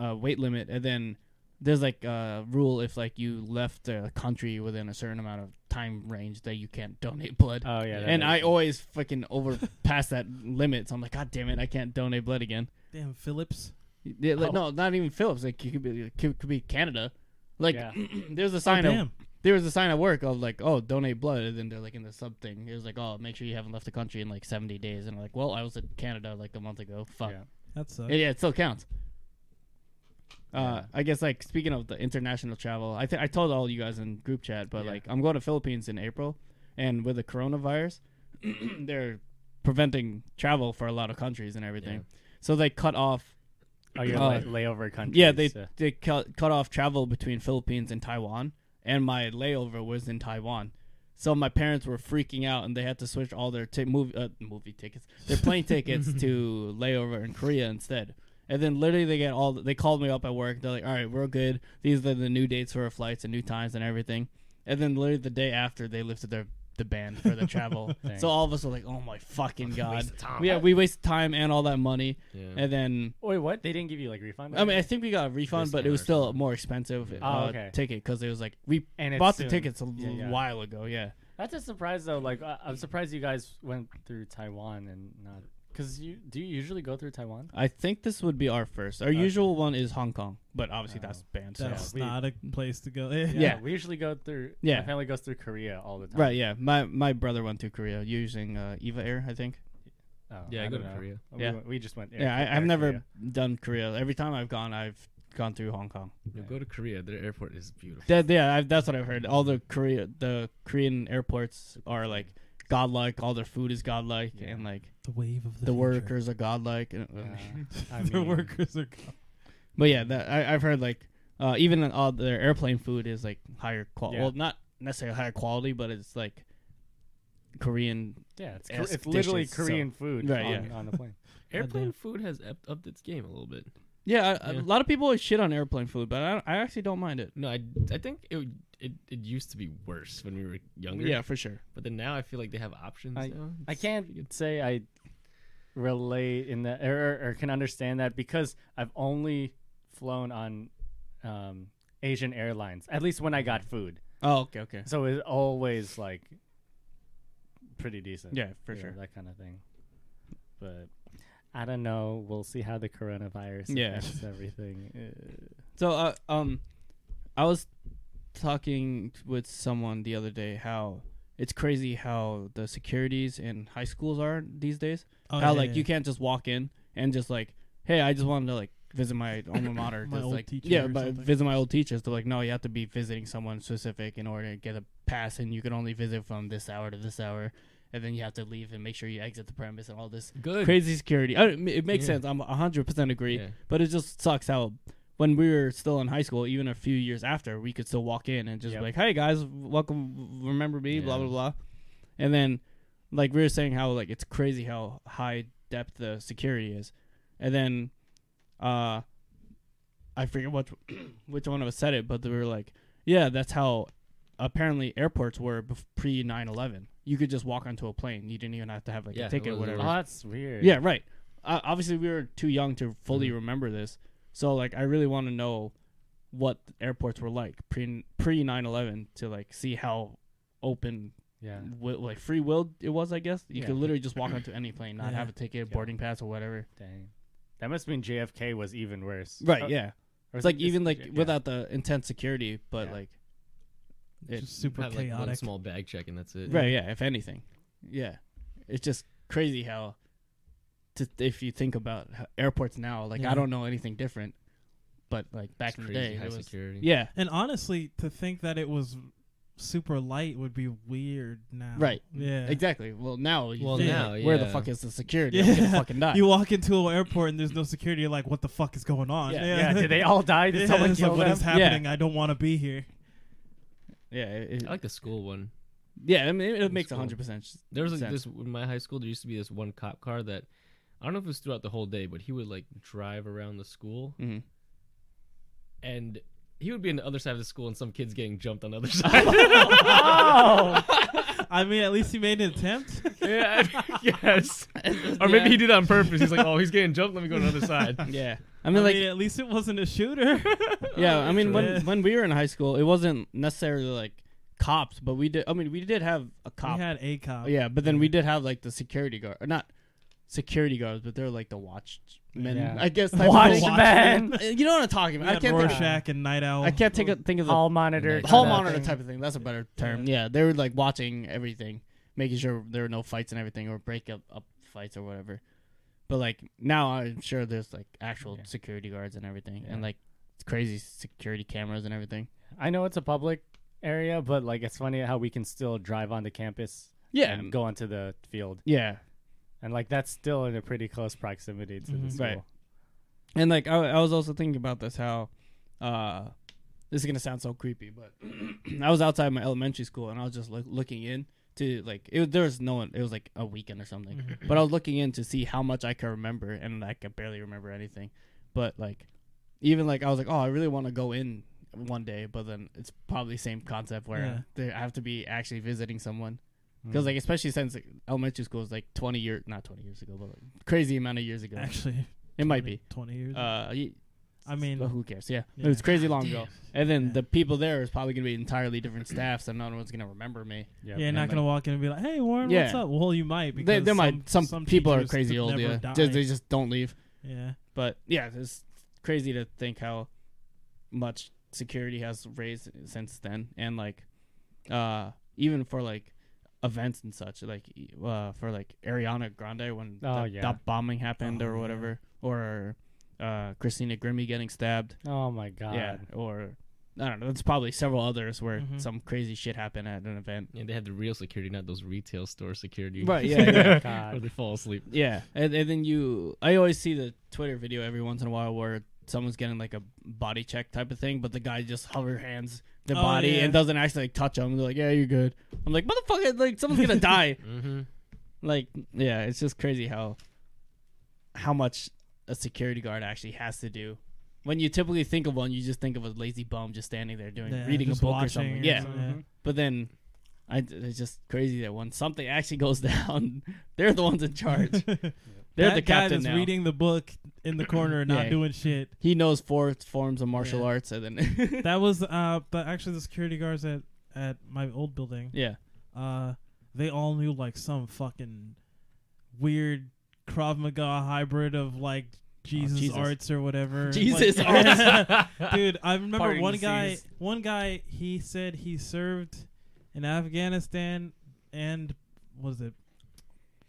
Speaker 1: a weight limit, and then there's like a rule if like you left the country within a certain amount of time range that you can't donate blood.
Speaker 4: Oh yeah. that
Speaker 1: and
Speaker 4: makes
Speaker 1: I
Speaker 4: sense.
Speaker 1: always fucking overpass that limit, so I'm like, God damn it, I can't donate blood again.
Speaker 3: Damn, Phillips.
Speaker 1: Yeah, like,
Speaker 4: Oh.
Speaker 1: No, not even Phillips. Like it could be it could, could be Canada. Like
Speaker 4: Yeah. Oh,
Speaker 1: there's a sign of
Speaker 3: Oh, Damn.
Speaker 1: there was a sign at work of like, oh, donate blood, and then they're like in the sub thing. It was like, oh, make sure you haven't left the country in like 70 days, and I'm like, well, I was in Canada like a month ago. Fuck.
Speaker 4: Yeah.
Speaker 3: That sucks.
Speaker 1: Yeah, yeah, it still counts. Uh,
Speaker 4: Yeah.
Speaker 1: I guess like speaking of the international travel, I think I told all you guys in group chat, but
Speaker 4: Yeah.
Speaker 1: like I'm going to Philippines in April, and with the coronavirus, they're preventing travel for a lot of countries and everything. So they cut off.
Speaker 4: Oh, you're
Speaker 1: uh,
Speaker 4: lay- layover country.
Speaker 1: Yeah, they they cut cut off travel between Philippines and Taiwan, and my layover was in Taiwan. So my parents were freaking out, and they had to switch all their t- movie uh, movie tickets, their plane tickets to layover in Korea instead. And then literally they get all they called me up at work. They're like, "All right, we're good. These are the new dates for our flights and new times and everything." And then literally the day after, they lifted their the ban for the travel.
Speaker 4: Dang.
Speaker 1: so all of us were like, "Oh my fucking god!"
Speaker 2: Waste of time.
Speaker 1: Yeah, we wasted time and all that money.
Speaker 2: Yeah.
Speaker 1: And then
Speaker 4: Wait, what? They didn't give you like refund?
Speaker 1: I mean, I think we got a refund, but it was
Speaker 2: Discount or
Speaker 1: still a
Speaker 2: something.
Speaker 1: more expensive uh,
Speaker 4: Oh, okay.
Speaker 1: ticket because it was like we
Speaker 4: and it's
Speaker 1: bought
Speaker 4: soon.
Speaker 1: the tickets a l-
Speaker 4: Yeah, yeah.
Speaker 1: while ago. Yeah,
Speaker 4: That's a surprise though. Like I- I'm surprised you guys went through Taiwan and not because you do you usually go through Taiwan?
Speaker 1: I think this would be our first. Our
Speaker 4: Okay.
Speaker 1: usual one is Hong Kong, but obviously
Speaker 4: Oh.
Speaker 1: that's banned. So.
Speaker 3: That's
Speaker 4: we-
Speaker 3: not a place to go.
Speaker 1: Yeah.
Speaker 4: we usually go through.
Speaker 1: Yeah.
Speaker 4: my family goes through Korea all the time.
Speaker 1: Right? Yeah, my my brother went to Korea using uh, Eva Air, I think.
Speaker 4: Oh,
Speaker 2: Yeah, I go to
Speaker 4: don't know.
Speaker 2: Korea.
Speaker 4: We,
Speaker 1: Yeah.
Speaker 4: went- we just went. Air,
Speaker 1: yeah, I, I've
Speaker 4: Air
Speaker 1: never
Speaker 4: Korea.
Speaker 1: done Korea. Every time I've gone, I've gone through Hong Kong.
Speaker 2: You go to Korea. Their airport is beautiful.
Speaker 1: That, yeah, I, that's what I've heard. All the Korea, the Korean airports are like godlike. All their food is godlike,
Speaker 4: Yeah.
Speaker 1: and like
Speaker 3: The wave of the,
Speaker 1: the
Speaker 3: future.
Speaker 1: workers are godlike. and- uh,
Speaker 4: Yeah, Uh, I
Speaker 3: the
Speaker 4: mean,
Speaker 3: workers are.
Speaker 1: But yeah, that, I, I've heard like uh, even all their airplane food is like higher quality.
Speaker 4: Yeah.
Speaker 1: Well, not necessarily higher quality, but it's like Korean.
Speaker 4: Yeah, it's,
Speaker 1: Ask
Speaker 4: Kor- it's literally
Speaker 1: dishes, so-
Speaker 4: Korean food
Speaker 1: Right,
Speaker 4: on,
Speaker 1: yeah.
Speaker 4: on the plane.
Speaker 2: Airplane food has upped, upped its game a little bit.
Speaker 1: Yeah, I,
Speaker 2: Yeah.
Speaker 1: a lot of people always shit on airplane food, but I, I actually don't mind it.
Speaker 2: No, I, I think it, would- it it used to be worse when we were younger.
Speaker 1: Yeah, for sure.
Speaker 2: But then now I feel like they have options now.
Speaker 4: I
Speaker 2: It's pretty good.
Speaker 4: can't say I relate in that or, or can understand that because I've only flown on um, Asian Airlines, at least when I got food.
Speaker 1: Oh, okay, okay.
Speaker 4: So it's always like pretty decent.
Speaker 1: Yeah, for
Speaker 4: you know,
Speaker 1: sure.
Speaker 4: That kind of thing. But I don't know. We'll see how the coronavirus
Speaker 1: Yeah.
Speaker 4: affects everything. Uh,
Speaker 1: So, uh, um, I was talking with someone the other day how it's crazy how the securities in high schools are these days.
Speaker 3: Oh,
Speaker 1: how
Speaker 3: yeah,
Speaker 1: like
Speaker 3: yeah.
Speaker 1: you can't just walk in and just like, hey, I just wanted to like visit my alma mater.
Speaker 3: My
Speaker 1: Just,
Speaker 3: old
Speaker 1: like,
Speaker 3: teacher
Speaker 1: Yeah,
Speaker 3: or
Speaker 1: but
Speaker 3: something.
Speaker 1: visit my old teachers. They're like, no, you have to be visiting someone specific in order to get a pass, and you can only visit from this hour to this hour, and then you have to leave and make sure you exit the premise and all this
Speaker 2: Good.
Speaker 1: crazy security. I, it makes
Speaker 2: Yeah.
Speaker 1: sense. I'm 100 percent agree.
Speaker 2: Yeah.
Speaker 1: But it just sucks how when we were still in high school, even a few years after, we could still walk in and just
Speaker 4: Yep.
Speaker 1: be like, "Hey guys, welcome, remember me?" Blah
Speaker 2: Yeah.
Speaker 1: blah blah. And then, like we were saying, how like it's crazy how high depth the security is, and then, uh, I forget what which one of us said it, but they were like, "Yeah, that's how." Apparently, airports were bef- pre 9 11. You could just walk onto a plane. You didn't even have to have like
Speaker 2: Yeah,
Speaker 1: a
Speaker 2: it
Speaker 1: ticket, or
Speaker 2: was-
Speaker 1: whatever.
Speaker 4: oh, that's weird.
Speaker 1: Yeah, right. Mm-hmm. uh, obviously we were too young to fully remember this. So like I really want to know what airports were like pre pre 9/11 to like see how open
Speaker 4: Yeah.
Speaker 1: wi- like free will it was I guess. You could
Speaker 4: Yeah.
Speaker 1: literally just walk onto any plane, not
Speaker 3: Yeah.
Speaker 1: have a ticket,
Speaker 4: Yeah.
Speaker 1: boarding pass or whatever.
Speaker 4: Dang. That must mean JFK was even worse.
Speaker 1: Right,
Speaker 4: Uh,
Speaker 1: yeah.
Speaker 4: or
Speaker 1: It's
Speaker 4: is
Speaker 1: like
Speaker 4: it-
Speaker 1: even like
Speaker 4: yeah.
Speaker 1: without the intense security, but
Speaker 4: Yeah.
Speaker 1: like
Speaker 3: It's
Speaker 1: it-
Speaker 3: just super
Speaker 2: Have, like, one
Speaker 3: chaotic.
Speaker 2: small bag check and that's it.
Speaker 1: Right, yeah, if anything. Yeah. It's just crazy how to if you think about how airports now, like
Speaker 3: Yeah.
Speaker 1: I don't know anything different, but like back
Speaker 2: It's
Speaker 1: in the
Speaker 2: crazy
Speaker 1: day
Speaker 2: high
Speaker 1: it was
Speaker 2: security.
Speaker 1: Yeah,
Speaker 3: and honestly, to think that it was super light would be weird now.
Speaker 1: Right.
Speaker 3: Um, Yeah.
Speaker 1: exactly. Well, now you
Speaker 2: Well,
Speaker 1: think,
Speaker 2: now,
Speaker 1: like, where the
Speaker 2: yeah.
Speaker 1: fuck is the security? I'm gonna
Speaker 3: Yeah.
Speaker 1: fucking die.
Speaker 3: You walk into an airport and there's no security. You're like, what the fuck is going on?
Speaker 1: Yeah.
Speaker 4: Yeah. Did they all die? Did
Speaker 3: Yeah,
Speaker 4: someone
Speaker 3: it's like,
Speaker 4: kill
Speaker 3: what
Speaker 4: them?
Speaker 3: is happening? I don't want to be here.
Speaker 1: yeah, it,
Speaker 2: I like the school one.
Speaker 1: yeah. I mean, it, it makes
Speaker 2: cool.
Speaker 1: hundred percent.
Speaker 2: There was like
Speaker 1: Sense.
Speaker 2: this in my high school. There used to be this one cop car that I don't know if it was throughout the whole day, but he would like drive around the school,
Speaker 1: Mhm.
Speaker 2: and he would be on the other side of the school, and some kids getting jumped on the other side.
Speaker 4: Oh.
Speaker 3: I mean, at least he made an attempt.
Speaker 2: yeah, I- yes. Or maybe he did it on purpose. He's like, oh, he's getting jumped. Let me go to the other side.
Speaker 1: Yeah, I
Speaker 3: I
Speaker 1: mean,
Speaker 3: mean,
Speaker 1: like,
Speaker 3: at least it wasn't a shooter.
Speaker 1: yeah. I mean,
Speaker 3: Yeah.
Speaker 1: when when we were in high school, it wasn't necessarily like cops, but we did. I mean, we did have a cop.
Speaker 3: We had a cop.
Speaker 1: yeah, but then we did have like the security guard, or not security guards, but they're like the watchmen,
Speaker 4: Yeah.
Speaker 1: I guess. type of
Speaker 4: Watch
Speaker 1: thing.
Speaker 4: man.
Speaker 1: Uh, You know what I'm talking
Speaker 3: We
Speaker 1: about? I
Speaker 3: had
Speaker 1: can't. Think of,
Speaker 3: Rorschach and Night Owl.
Speaker 1: I can't take a, think of the
Speaker 4: Hall monitor.
Speaker 2: Nice.
Speaker 1: hall
Speaker 2: Yeah.
Speaker 1: monitor
Speaker 3: thing.
Speaker 1: type of thing. That's a better term. Yeah. they were like watching everything, making sure there were no fights and everything, or break up, up fights or whatever. But like now, I'm sure there's like actual
Speaker 4: Yeah.
Speaker 1: security guards and everything,
Speaker 4: Yeah.
Speaker 1: and like crazy security cameras and everything.
Speaker 4: I know it's a public area, but like it's funny how we can still drive onto campus
Speaker 1: Yeah,
Speaker 4: and go onto the field.
Speaker 1: yeah.
Speaker 4: And like that's still in a pretty close proximity to the
Speaker 3: Mhm.
Speaker 4: school.
Speaker 1: Right. And like I, I was also thinking about this how, uh, this is gonna sound so creepy, but I was outside my elementary school and I was just like looking in to like it, there was no one. It was like a weekend or something,
Speaker 3: Mm-hmm.
Speaker 1: but I was looking in to see how much I could remember, and I could barely remember anything. But like, even like I was like, oh, I really want to go in one day, but then it's probably same concept where
Speaker 3: Yeah. Mm.
Speaker 1: there- I have to be actually visiting someone. Because like especially since like, elementary school is like twenty years not twenty years ago but like, crazy amount of years ago
Speaker 3: Actually,
Speaker 1: it might be
Speaker 3: 20 years.
Speaker 1: uh y-
Speaker 3: I mean,
Speaker 1: well, who cares? Yeah,
Speaker 3: Yeah.
Speaker 1: it was crazy long ago. And then
Speaker 3: Yeah.
Speaker 1: the people there is probably gonna be entirely different staff, so no one's gonna remember me.
Speaker 4: Yeah.
Speaker 3: yeah, you're not
Speaker 1: like-
Speaker 3: gonna walk in and be like, "Hey, Warren,
Speaker 1: Yeah.
Speaker 3: what's up?" Well, you might because
Speaker 1: They, they
Speaker 3: some,
Speaker 1: might. Some, people are
Speaker 3: teachers
Speaker 1: crazy
Speaker 3: could
Speaker 1: old.
Speaker 3: never
Speaker 1: Yeah,
Speaker 3: die.
Speaker 1: Just- they just don't leave.
Speaker 3: yeah.
Speaker 1: But yeah, it's crazy to think how much security has raised since then, and like, uh, even for like events and such, like uh, for like Ariana Grande when
Speaker 4: Oh,
Speaker 1: that,
Speaker 4: yeah.
Speaker 1: that bombing happened
Speaker 3: Oh,
Speaker 1: or
Speaker 3: yeah.
Speaker 1: whatever, or uh, Christina Grimmie getting stabbed.
Speaker 4: Oh my god.
Speaker 1: yeah, or I don't know. There's probably several others where
Speaker 3: Mhm.
Speaker 1: some crazy shit happened at an event.
Speaker 2: Yeah, they had the real security, not those retail store security.
Speaker 1: Right,
Speaker 4: Oh
Speaker 1: yeah,
Speaker 4: my
Speaker 1: yeah.
Speaker 2: Where
Speaker 4: god.
Speaker 2: they fall asleep.
Speaker 1: yeah, and, and then you, I always see the Twitter video every once in a while where someone's getting like a body check type of thing, but the guy just hover hands the
Speaker 3: Oh,
Speaker 1: body
Speaker 3: yeah.
Speaker 1: and doesn't actually like, touch them. They're like, yeah, you're good. I'm like, motherfucker, like someone's gonna die.
Speaker 2: Mm-hmm.
Speaker 1: Like, yeah, it's just crazy how how much a security guard actually has to do. When you typically think of one, you just think of a lazy bum just standing there doing
Speaker 3: Yeah,
Speaker 1: reading a
Speaker 3: just
Speaker 1: book or
Speaker 3: watching
Speaker 1: something.
Speaker 3: or
Speaker 1: Yeah,
Speaker 3: something.
Speaker 1: But then, I it's just crazy that when something actually goes down, they're the ones in charge. They're
Speaker 3: that
Speaker 1: the
Speaker 3: guy
Speaker 1: captain
Speaker 3: that's
Speaker 1: now.
Speaker 3: reading the book in the corner, not
Speaker 1: Yeah.
Speaker 3: doing shit.
Speaker 1: He knows four forms of martial
Speaker 3: Yeah.
Speaker 1: arts, and then
Speaker 3: That was uh, but actually, the security guards at at my old building,
Speaker 1: yeah,
Speaker 3: uh, they all knew like some fucking weird Krav Maga hybrid of like Jesus,
Speaker 1: Oh, Jesus.
Speaker 3: arts or whatever.
Speaker 1: Jesus
Speaker 3: Like-
Speaker 1: arts.
Speaker 3: dude. I remember
Speaker 1: Parting
Speaker 3: one
Speaker 1: the
Speaker 3: guy.
Speaker 1: seas.
Speaker 3: One guy. He said he served in Afghanistan and was it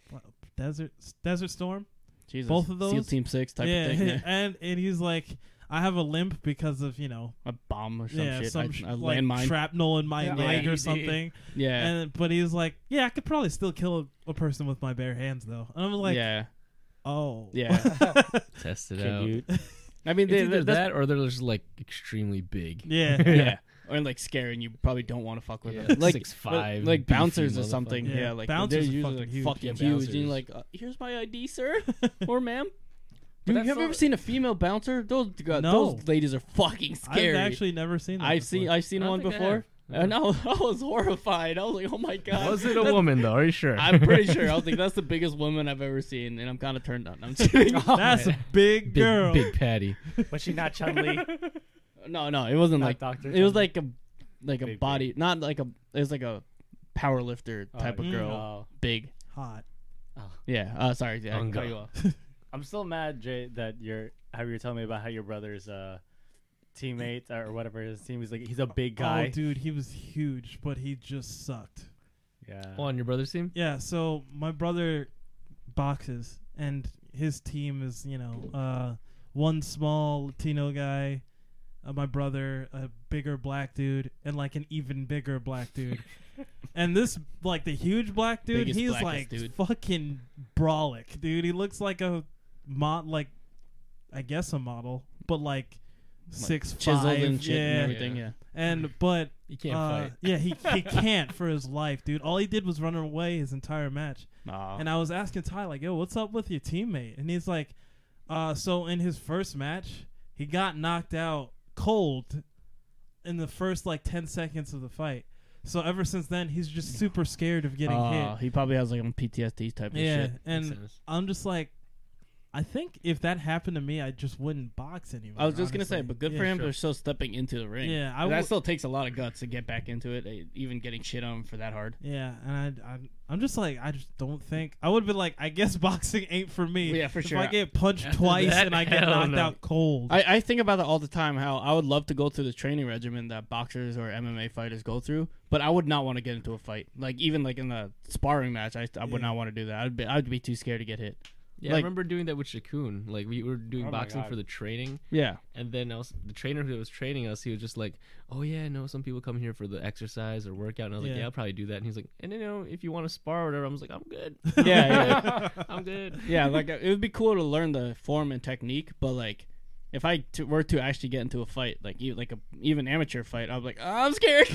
Speaker 3: what, desert Desert Storm?
Speaker 1: Jesus.
Speaker 3: Both of
Speaker 1: SEAL
Speaker 3: those?
Speaker 1: Team Six type
Speaker 3: yeah,
Speaker 1: of thing. Yeah.
Speaker 3: and and he's like, I have a limp because of you know,
Speaker 1: A bomb or some
Speaker 3: yeah,
Speaker 1: shit.
Speaker 3: some
Speaker 1: a-
Speaker 3: sh-
Speaker 1: a
Speaker 3: like
Speaker 1: landmine.
Speaker 3: shrapnel in my
Speaker 1: Yeah,
Speaker 3: leg or
Speaker 1: IED.
Speaker 3: something.
Speaker 1: yeah,
Speaker 3: And but he's like, yeah, I could probably still kill a, a person with my bare hands though. And I'm like,
Speaker 1: yeah,
Speaker 3: oh,
Speaker 1: yeah.
Speaker 2: Test
Speaker 3: Mm-hmm.
Speaker 2: it out.
Speaker 4: Can you
Speaker 1: I mean,
Speaker 2: It's
Speaker 1: they,
Speaker 2: either
Speaker 1: they- that's,
Speaker 2: that or they're just like extremely big.
Speaker 3: yeah.
Speaker 1: yeah, or like scaring you probably don't want to fuck with
Speaker 2: Yeah,
Speaker 1: them. Like
Speaker 2: six five,
Speaker 1: like, like
Speaker 2: beefy
Speaker 1: bouncers or
Speaker 2: motherfucker.
Speaker 1: something.
Speaker 3: Yeah,
Speaker 1: Yeah, like
Speaker 3: bouncers are
Speaker 1: they're usually
Speaker 3: fucking
Speaker 1: like
Speaker 3: huge.
Speaker 1: fucking
Speaker 2: Yeah,
Speaker 1: huge. And
Speaker 2: bouncers.
Speaker 1: you're like, uh, here's my ID, sir, or ma'am.
Speaker 4: But
Speaker 1: Dude,
Speaker 4: that's
Speaker 1: have you ever
Speaker 4: not-
Speaker 1: seen a female bouncer? Those g-
Speaker 3: No.
Speaker 1: those ladies are fucking
Speaker 3: I've
Speaker 1: scary.
Speaker 3: actually never seen. That
Speaker 1: I've
Speaker 3: before.
Speaker 1: seen I've seen
Speaker 2: I don't
Speaker 1: one
Speaker 2: think I
Speaker 1: before. and I was, I was horrified. I was like, "Oh my god!"
Speaker 2: Was it a
Speaker 1: That's-
Speaker 2: woman though? Are you sure?
Speaker 1: I'm pretty sure. I was like, "That's the biggest woman I've ever seen," and I'm kind of turned on. I'm just kidding.
Speaker 3: That's a big
Speaker 2: big,
Speaker 3: girl.
Speaker 2: big Patty.
Speaker 4: Was she not Chun Li?
Speaker 1: No, no, it wasn't
Speaker 4: Not
Speaker 1: like
Speaker 4: Dr.
Speaker 1: It was
Speaker 4: Chun-Li.
Speaker 1: like a like a
Speaker 4: Big,
Speaker 1: body, not like a. It was like a power lifter type of
Speaker 3: mm.
Speaker 1: girl,
Speaker 4: Oh.
Speaker 1: big.
Speaker 3: Hot.
Speaker 1: Yeah. Uh, sorry, yeah, I
Speaker 2: Unga.
Speaker 1: cut you off.
Speaker 4: I'm still mad, Jay, that you're how you're telling me about how your brother's uh, teammate or whatever his team is like. He's a big guy.
Speaker 3: Oh, dude, he was huge, but he just sucked.
Speaker 4: yeah.
Speaker 1: Oh,
Speaker 2: On your brother's team?
Speaker 3: Yeah, so my brother boxes, and his team is, you know, uh, one small Latino guy, uh, my brother, a bigger black dude, and like an even bigger black dude. and this, like the huge black dude,
Speaker 1: Biggest,
Speaker 3: he's
Speaker 1: blackest
Speaker 3: like
Speaker 1: dude.
Speaker 3: fucking brolic, dude. He looks like a mod, like I guess a model, but like. Six
Speaker 1: Chiseled
Speaker 3: five,
Speaker 1: and shit and
Speaker 3: yeah.
Speaker 1: everything. Yeah.
Speaker 3: and but
Speaker 2: You can't
Speaker 3: uh,
Speaker 2: fight.
Speaker 3: Yeah, he, he can't for his life, dude. All he did was run away his entire match. And I was asking Ty, like, yo, what's up with your teammate? And he's like, uh, so in his first match, he got knocked out cold in the first like 10 seconds of the fight. So ever since then, he's just super scared of getting
Speaker 1: Oh,
Speaker 3: hit.
Speaker 1: he probably has like on PTSD type of
Speaker 3: Yeah,
Speaker 1: shit.
Speaker 2: Makes
Speaker 3: and
Speaker 2: sense.
Speaker 3: I'm just like, I think if that happened to me, I just wouldn't box anymore.
Speaker 1: I was just
Speaker 3: honestly.
Speaker 1: gonna say, but good
Speaker 3: Yeah,
Speaker 1: for him
Speaker 3: sure.
Speaker 1: for still stepping into the ring.
Speaker 3: Yeah, I
Speaker 1: that
Speaker 3: would-
Speaker 1: still takes a lot of guts to get back into it, eh, even getting shit on for that hard.
Speaker 3: Yeah, and I, I'm, I'm just like, I just don't think I would have been like, I guess boxing ain't for me.
Speaker 1: Yeah, for
Speaker 3: if
Speaker 1: sure.
Speaker 3: I get punched
Speaker 2: After
Speaker 3: twice
Speaker 2: that,
Speaker 3: and I get
Speaker 2: hell
Speaker 3: knocked
Speaker 2: no.
Speaker 3: out cold.
Speaker 1: I, I think about that all the time. How I would love to go through the training regimen that boxers or MMA fighters go through, but I would not want to get into a fight. Like even like in a sparring match, I, I would
Speaker 3: Yeah.
Speaker 1: not want to do that. I'd be I'd be too scared to get hit.
Speaker 2: Yeah, I
Speaker 1: like-
Speaker 2: remember doing that with Shakun. Like we were doing
Speaker 4: Oh my
Speaker 2: boxing
Speaker 4: God.
Speaker 2: for the training,
Speaker 1: Yeah,
Speaker 2: and then I was, the trainer who was training us, he was just like, "Oh yeah, no, some people come here for the exercise or workout." And I was like,
Speaker 3: Yeah.
Speaker 2: "Yeah, I'll probably do that." And he's like, "And you know, if you want to spar or whatever," I was like, "I'm good.
Speaker 1: yeah, yeah,
Speaker 2: I'm good."
Speaker 1: yeah. Like it would be cool to learn the form and technique, but like if I t- were to actually get into a fight, like you like a even amateur fight, I'm like "Ah, I'm scared.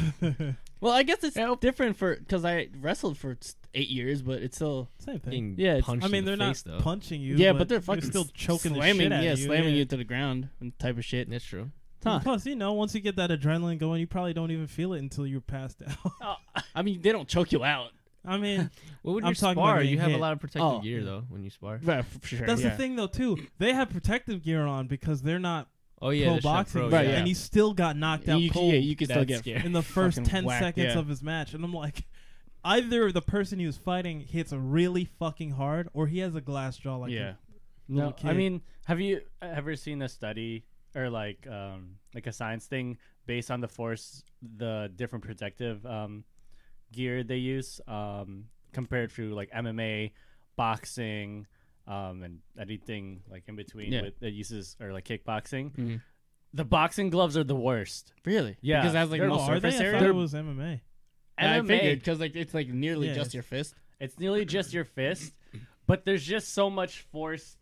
Speaker 1: well, I guess it's different for because I wrestled for s- eight years, but it's still
Speaker 3: Same thing.
Speaker 2: Being
Speaker 1: Yeah, it's-
Speaker 2: punched
Speaker 3: I mean,
Speaker 2: in the
Speaker 3: they're not
Speaker 2: face, though.
Speaker 3: punching you.
Speaker 1: yeah,
Speaker 3: but,
Speaker 1: but, they're fucking
Speaker 3: still choking
Speaker 1: slamming,
Speaker 3: the shit out
Speaker 1: yeah,
Speaker 3: of you.
Speaker 1: slamming
Speaker 3: yeah.
Speaker 1: you to the ground and type of shit.
Speaker 2: That's true.
Speaker 1: Huh.
Speaker 3: Plus, you know, once you get that adrenaline going, you probably don't even feel it until you're passed out.
Speaker 1: I mean, they don't choke you out.
Speaker 3: I mean,
Speaker 2: Well, when
Speaker 3: I'm
Speaker 2: you
Speaker 3: talking about
Speaker 2: spar,
Speaker 3: getting
Speaker 2: you have a
Speaker 3: hit.
Speaker 2: lot of protective
Speaker 1: Oh.
Speaker 2: gear though. When you spar,
Speaker 1: Right, for sure.
Speaker 3: that's
Speaker 1: yeah.
Speaker 3: the thing though too. They have protective gear on because they're not
Speaker 2: oh yeah,
Speaker 3: pro
Speaker 2: they're shot
Speaker 3: boxing,
Speaker 2: pro,
Speaker 1: Right,
Speaker 2: yeah.
Speaker 1: yeah.
Speaker 3: and he still got knocked out
Speaker 1: you, can-
Speaker 3: cold.
Speaker 1: yeah, you can still
Speaker 2: That's
Speaker 1: get
Speaker 2: scary.
Speaker 3: in the first
Speaker 1: fucking
Speaker 3: 10
Speaker 1: whacked,
Speaker 3: seconds
Speaker 1: yeah.
Speaker 3: of his match. And I'm like, either the person he was fighting hits really fucking hard or he has a glass jaw like
Speaker 1: yeah.
Speaker 3: a little
Speaker 4: No,
Speaker 3: kid.
Speaker 4: I mean, have you ever seen a study or like um, like a science thing based on the force, the different protective um, gear they use um, compared to like MMA, boxing, um, and anything like in between
Speaker 1: Yeah.
Speaker 4: with, that uses or like kickboxing?
Speaker 1: Mhm.
Speaker 4: The boxing gloves are the worst.
Speaker 1: Really?
Speaker 4: Yeah.
Speaker 1: Because that's like
Speaker 4: They're
Speaker 1: most
Speaker 3: oh, are they? I
Speaker 1: surface
Speaker 3: thought
Speaker 1: area.
Speaker 3: it was MMA.
Speaker 1: And I
Speaker 4: MMA,
Speaker 1: figured because like it's like nearly
Speaker 3: Yeah,
Speaker 1: just
Speaker 3: it's-
Speaker 1: your fist.
Speaker 4: It's nearly just your fist, but there's just so much force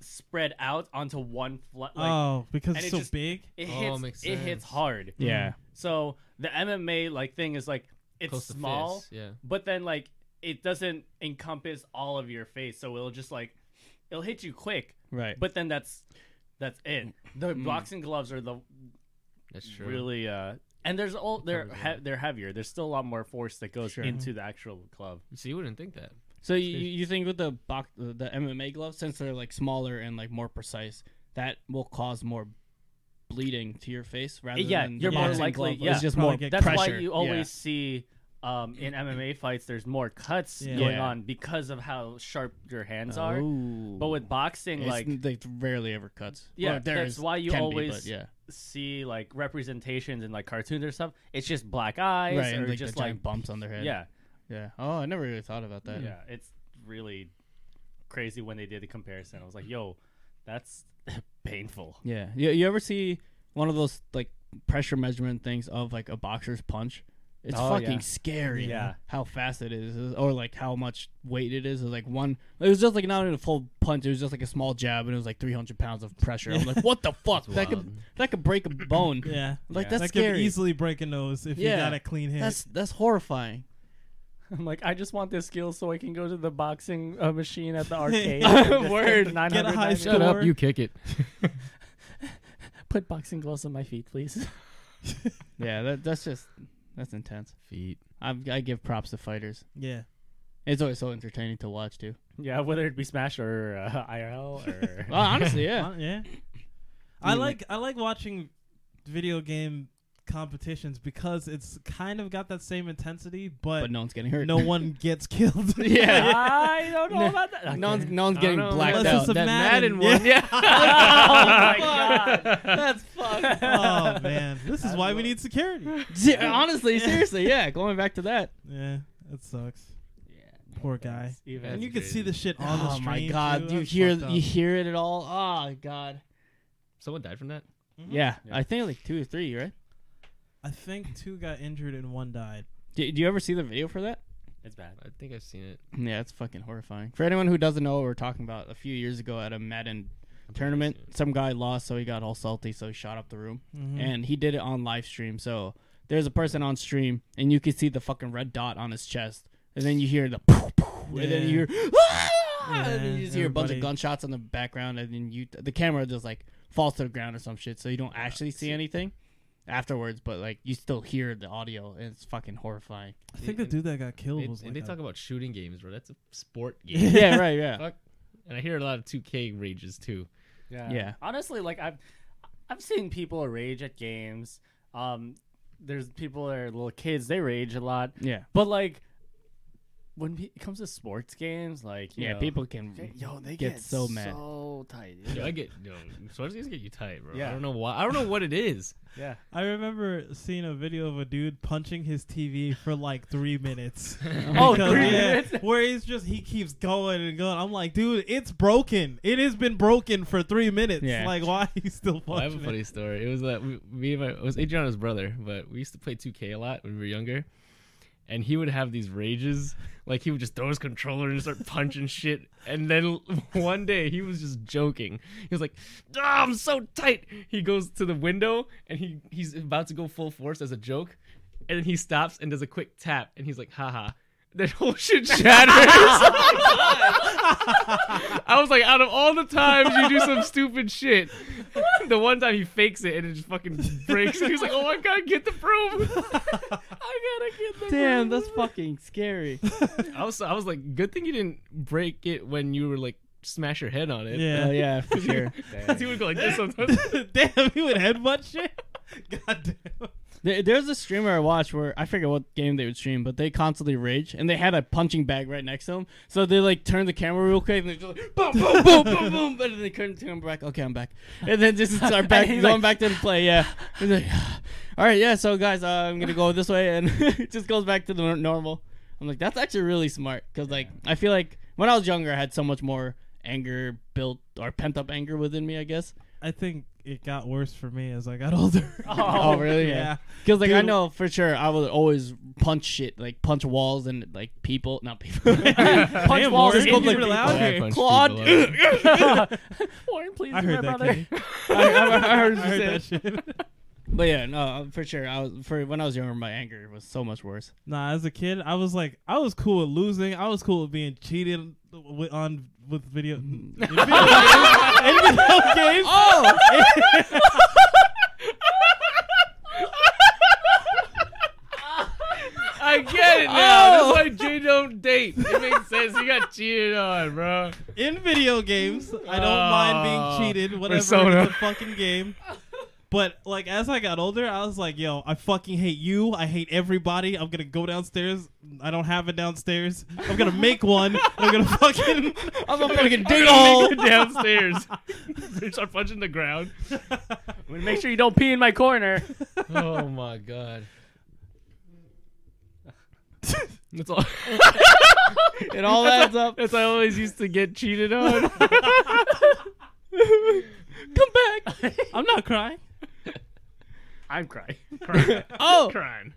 Speaker 4: spread out onto one flat. Like,
Speaker 3: oh, because
Speaker 4: and
Speaker 3: it's
Speaker 4: it
Speaker 3: so
Speaker 4: just-
Speaker 3: big?
Speaker 4: it
Speaker 2: Oh,
Speaker 4: hits.
Speaker 2: makes
Speaker 4: it hits
Speaker 2: sense.
Speaker 4: hard.
Speaker 1: Yeah.
Speaker 4: So the MMA like thing is like it's
Speaker 2: Close to
Speaker 4: small,
Speaker 2: fist, yeah.
Speaker 4: but then like it doesn't encompass all of your face, so it'll just like it'll hit you quick.
Speaker 1: Right.
Speaker 4: But then that's that's it. The boxing gloves are the
Speaker 2: That's true.
Speaker 4: really uh and there's all they're he- they're heavier. There's still a lot more force that goes
Speaker 1: Sure.
Speaker 4: into the actual glove.
Speaker 2: So you wouldn't think that.
Speaker 1: So you, you think with the box, the MMA gloves, since they're like smaller and like more precise, that will cause more bleeding to your face rather
Speaker 4: Yeah,
Speaker 1: than
Speaker 4: you're
Speaker 1: the
Speaker 4: more
Speaker 1: boxing
Speaker 4: likely-
Speaker 1: glove.
Speaker 4: yeah.
Speaker 1: It's just
Speaker 3: Probably
Speaker 1: more
Speaker 3: get
Speaker 4: That's
Speaker 1: pressure.
Speaker 4: why you
Speaker 1: Yeah.
Speaker 4: always see um, in MMA fights there's more cuts
Speaker 3: Yeah.
Speaker 4: going
Speaker 1: Yeah.
Speaker 4: on because of how sharp your hands are.
Speaker 1: Oh.
Speaker 4: But with boxing,
Speaker 1: It's-
Speaker 4: like
Speaker 1: they rarely ever cuts.
Speaker 4: Yeah,
Speaker 1: Well, there
Speaker 4: that's
Speaker 1: is-
Speaker 4: why you
Speaker 1: can be,
Speaker 4: always-
Speaker 1: but yeah.
Speaker 4: see like representations in like cartoons or stuff, it's just black eyes
Speaker 1: Right,
Speaker 4: or
Speaker 1: and like
Speaker 4: just
Speaker 1: the
Speaker 4: like
Speaker 1: giant bumps on their head.
Speaker 4: yeah,
Speaker 1: yeah. Oh, I never really thought about that.
Speaker 4: yeah. It's really crazy when they did the comparison. I was like, yo, that's painful.
Speaker 1: Yeah. You, you ever see one of those like pressure measurement things of like a boxer's punch? It's
Speaker 4: Oh,
Speaker 1: fucking
Speaker 4: yeah.
Speaker 1: scary.
Speaker 4: Yeah.
Speaker 1: How fast it is, or like how much weight it is. It was like one. It was just like not even a full punch. It was just like a small jab, and it was like 300 pounds of pressure. I'm like, what the fuck?
Speaker 2: That's
Speaker 1: that could
Speaker 2: wild.
Speaker 1: that could break a bone.
Speaker 3: Yeah.
Speaker 1: Like
Speaker 4: Yeah.
Speaker 1: that's
Speaker 3: that
Speaker 1: scary.
Speaker 3: could easily break a nose if you
Speaker 1: Yeah.
Speaker 3: got a clean hit.
Speaker 1: that's that's horrifying.
Speaker 4: I'm like, I just want this skill so I can go to the boxing uh, machine at the arcade.
Speaker 1: Word.
Speaker 3: Get a high
Speaker 2: Shut
Speaker 3: score.
Speaker 2: up, you kick it.
Speaker 4: Put boxing gloves on my feet, please.
Speaker 1: Yeah, that that's just That's intense.
Speaker 2: Feet.
Speaker 1: I I give props to fighters.
Speaker 3: Yeah.
Speaker 1: It's always so entertaining to watch too.
Speaker 4: Yeah, whether it be Smash or uh, IRL or
Speaker 1: Well, honestly, yeah.
Speaker 3: Hon- yeah. I
Speaker 1: mean,
Speaker 3: like I like watching video game competitions because it's kind of got that same intensity, but,
Speaker 1: But no one's getting hurt.
Speaker 3: no one gets killed.
Speaker 1: Yeah.
Speaker 4: I don't know
Speaker 1: No.
Speaker 4: about that.
Speaker 1: No one's, no one's
Speaker 4: I
Speaker 1: getting
Speaker 4: don't know.
Speaker 1: blacked
Speaker 3: Unless
Speaker 1: out.
Speaker 3: it's a
Speaker 1: That
Speaker 3: Madden.
Speaker 1: Madden, one. Yeah.
Speaker 4: Oh my
Speaker 1: Fuck.
Speaker 4: God.
Speaker 1: Oh That's fucked.
Speaker 3: oh man, this is
Speaker 4: I
Speaker 3: why we
Speaker 4: love-
Speaker 3: need security.
Speaker 1: Se- Honestly, seriously, yeah. Going back to that.
Speaker 3: Yeah, that sucks.
Speaker 4: Yeah,
Speaker 3: Poor guy.
Speaker 4: Even
Speaker 2: That's
Speaker 3: and you can see
Speaker 2: crazy.
Speaker 3: the shit on the
Speaker 1: oh
Speaker 3: stream.
Speaker 1: my god,
Speaker 3: too.
Speaker 1: you
Speaker 3: That's
Speaker 1: hear
Speaker 3: fucked
Speaker 1: you
Speaker 3: up.
Speaker 1: hear it at all? Oh god.
Speaker 2: Someone died from that.
Speaker 1: Yeah,
Speaker 4: Yeah.
Speaker 1: I think like two or three, right?
Speaker 3: I think two got injured and one died.
Speaker 1: Do, do you ever see the video for that?
Speaker 4: it's bad.
Speaker 2: I think I've seen it.
Speaker 1: Yeah, it's fucking horrifying. For anyone who doesn't know what we're talking about, a few years ago at a Madden tournament, some guy lost, so he got all salty, so he shot up the room,
Speaker 3: Mhm.
Speaker 1: and he did it on live stream. So there's a person on stream, and you can see the fucking red dot on his chest, and then you hear the, poof, poof, and then you hear, "Ah!" and then you just hear a bunch
Speaker 3: everybody-
Speaker 1: of gunshots in the background, and then you the camera just like falls to the ground or some shit, so you don't actually see anything afterwards, but like you still hear the audio, and it's fucking horrifying.
Speaker 3: I think the dude that got killed
Speaker 2: They-
Speaker 3: was like
Speaker 2: and they
Speaker 3: a-
Speaker 2: talk about shooting games, bro. That's a sport game.
Speaker 1: yeah, right, yeah.
Speaker 2: Fuck. And I hear a lot of 2K rages too.
Speaker 4: Yeah.
Speaker 1: Yeah.
Speaker 4: Honestly, like I've I've seen people rage at games. Um there's people that are little kids, they rage a lot.
Speaker 1: Yeah.
Speaker 4: But like when pe- it comes to sports games, like you
Speaker 1: Yeah,
Speaker 4: know,
Speaker 1: people can
Speaker 4: they- yo, they
Speaker 1: get so mad.
Speaker 4: so tight.
Speaker 2: Yo, I get no. Sports games get you tight, bro. I
Speaker 4: Yeah.
Speaker 2: don't know why. I don't know what it is.
Speaker 4: Yeah,
Speaker 3: I remember seeing a video of a dude punching his TV for like three minutes.
Speaker 4: Oh,
Speaker 3: Because-
Speaker 4: three
Speaker 3: yeah,
Speaker 4: minutes?
Speaker 3: Where he's just he keeps going and going. I'm like, dude, it's broken. It has been broken for three minutes.
Speaker 1: Yeah.
Speaker 3: Like, why are you still
Speaker 2: Well, I have a
Speaker 3: punching?
Speaker 2: funny
Speaker 3: it?
Speaker 2: story. It was that we, me and my it was Adriano's brother, but we used to play 2K a lot when we were younger, and he would have these rages. Like he would just throw his controller and start punching shit. And then one day he was just joking. He was like, "Ah, "I'm so tight." He goes to the window and he he's about to go full force as a joke, and then he stops and does a quick tap, and he's like, "Haha." That whole shit shatters. I was like, out of all the times you do some stupid shit, the one time he fakes it and it just fucking breaks. And he's like, oh my god, get the broom.
Speaker 4: I gotta get the
Speaker 1: Damn, that's fucking scary.
Speaker 2: I was, I was like, good thing you didn't break it when you were like, smash your head on it.
Speaker 1: Oh yeah,
Speaker 3: Yeah.
Speaker 1: for sure.
Speaker 2: Because he would go like this sometimes.
Speaker 3: damn, he would headbutt shit. God damn.
Speaker 1: There, there's a streamer I watch where I forget what game they would stream, but they constantly rage, and they had a punching bag right next to them, so they like turn the camera real quick, and they just like boom, boom, boom, boom, boom, but then they couldn't turn back. Okay, I'm back, and then just start back
Speaker 4: he's
Speaker 1: going
Speaker 4: like-
Speaker 1: back to the play. Yeah, And they're like, all right, yeah. So guys, uh, I'm gonna go this way, and it just goes back to the nor- normal. I'm like, that's actually really smart, because like I feel like when I was younger, I had so much more anger built or pent up anger within me, I guess.
Speaker 3: I think it got worse for me as I got older.
Speaker 4: Oh,
Speaker 1: Oh, really?
Speaker 3: yeah.
Speaker 1: Yeah. Because like I
Speaker 3: Dude.
Speaker 1: know for sure I would always punch shit, like punch walls and like people, not people. punch
Speaker 3: Damn,
Speaker 1: walls
Speaker 3: Warren,
Speaker 1: and go,
Speaker 3: you
Speaker 1: like,
Speaker 3: were
Speaker 1: people.
Speaker 3: loud
Speaker 2: here. Yeah, I
Speaker 1: Claude.
Speaker 2: punched
Speaker 4: Warren, please,
Speaker 3: I
Speaker 4: do
Speaker 3: heard
Speaker 4: my
Speaker 3: that.
Speaker 4: brother.
Speaker 3: Kenny.
Speaker 1: I, I- I heard
Speaker 3: I
Speaker 1: you
Speaker 3: heard
Speaker 1: say
Speaker 3: that
Speaker 1: that.
Speaker 3: shit.
Speaker 1: But yeah, no, uh, for sure. I was for when I was younger, my anger was so much worse.
Speaker 3: Nah, as a kid, I was like, I was cool with losing. I was cool with being cheated with, on with video. in video games, in video games.
Speaker 1: Oh,
Speaker 2: I get it now. That's why Jay don't date. It makes sense. He got cheated on, bro.
Speaker 3: In video games, I don't
Speaker 2: Oh,
Speaker 1: Ah,
Speaker 3: mind being cheated. Whatever
Speaker 2: Persona.
Speaker 3: it's a fucking game. But like as I got older, I was like, "Yo, I fucking hate you. I hate everybody. I'm gonna go downstairs. I don't have it downstairs. I'm gonna make one. and I'm gonna fucking
Speaker 1: I'm a fucking dick
Speaker 2: Oh.
Speaker 1: hole.
Speaker 2: downstairs. They start punching the ground.
Speaker 4: I'm gonna make sure you don't pee in my corner.
Speaker 2: Oh my god. That's all.
Speaker 1: It all adds up.
Speaker 2: That's I always used to get cheated
Speaker 1: Come
Speaker 2: on.
Speaker 1: back. I'm not crying.
Speaker 4: I'm crying.
Speaker 2: Crime.
Speaker 1: Oh.
Speaker 2: Crime.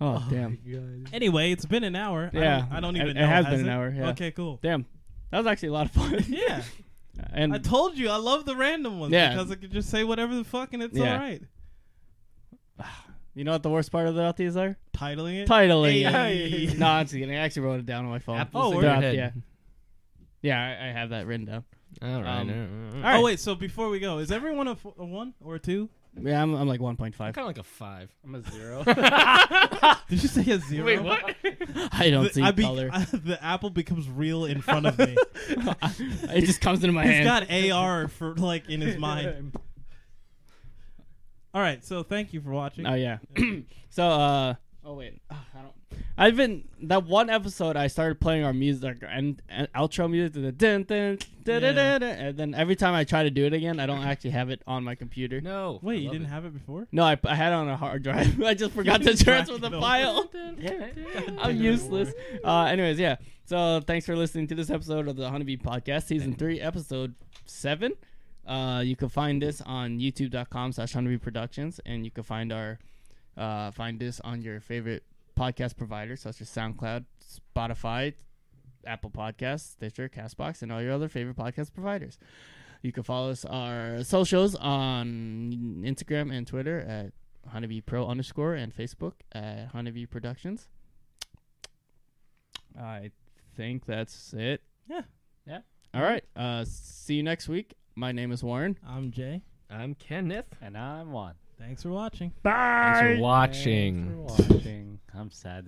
Speaker 1: Oh damn,
Speaker 3: Anyway, it's been an hour. I
Speaker 1: Yeah,
Speaker 3: don't, I don't
Speaker 1: it-
Speaker 3: even.
Speaker 1: it
Speaker 3: know.
Speaker 1: has been an hour, yeah.
Speaker 3: Okay, cool.
Speaker 1: damn. That was actually a lot of fun.
Speaker 3: Yeah.
Speaker 1: And
Speaker 3: I told you I love the random ones
Speaker 1: Yeah.
Speaker 3: because I can just say whatever the fuck and it's
Speaker 1: Yeah.
Speaker 3: all right.
Speaker 1: you know what the worst part about these are?
Speaker 3: Titling it.
Speaker 1: Titling.
Speaker 3: Hey.
Speaker 1: no, I'm just kidding. I actually wrote it down on my phone.
Speaker 2: Apples
Speaker 3: Oh,
Speaker 2: in
Speaker 3: word.
Speaker 2: your
Speaker 1: Yeah,
Speaker 2: head.
Speaker 1: yeah. Yeah, I, I have that written down.
Speaker 2: All
Speaker 1: Um,
Speaker 2: right. all right, all right.
Speaker 1: All
Speaker 3: Oh
Speaker 1: right.
Speaker 3: wait, so before we go, is everyone a, f- a one or a two?
Speaker 1: Yeah, I'm, I'm like
Speaker 2: I'm
Speaker 1: 1.5.
Speaker 2: kind of like a five.
Speaker 4: I'm a zero.
Speaker 3: Did you say a zero?
Speaker 2: Wait, what?
Speaker 1: I don't
Speaker 3: The,
Speaker 1: see
Speaker 3: I be-
Speaker 1: color.
Speaker 3: the apple becomes real in front of me.
Speaker 1: it just comes into my
Speaker 3: He's
Speaker 1: hand.
Speaker 3: got AR for like in his mind. All right, so thank you for watching.
Speaker 1: Oh yeah. so uh oh wait. Ah, I don't I've been that one episode I started playing our music and, and outro music to the dun, dun, dun, dun,
Speaker 3: Yeah.
Speaker 1: dun, dun, and then every time I try to do it again, I don't actually have it on my computer. No,
Speaker 2: No.
Speaker 3: Wait, you didn't have it before?
Speaker 1: I, I had it on a hard drive. I just forgot to
Speaker 3: didn't
Speaker 1: transfer
Speaker 3: drag it
Speaker 1: the
Speaker 3: over.
Speaker 1: file. I'm useless. Uh, anyways, yeah. So thanks for listening to this episode of the Honeybee Podcast, Season 3, Episode 7. Uh, you can find this on youtube.com slash honeybee productions, and you can find our uh, find this on your favorite podcast provider, such as SoundCloud, Spotify, Apple Podcasts, Stitcher, Castbox, and all your other favorite podcast providers. You can follow us our socials on Instagram and Twitter at Honeybee Pro underscore and Facebook at Honeybee Productions. I think that's it.
Speaker 3: Yeah.
Speaker 4: Yeah.
Speaker 1: All right. Uh, see you next week. My name is Warren.
Speaker 3: I'm Jay.
Speaker 2: I'm Kenneth.
Speaker 4: and I'm one.
Speaker 3: Thanks for watching.
Speaker 2: Thanks for watching.
Speaker 4: Thanks for watching. I'm sad.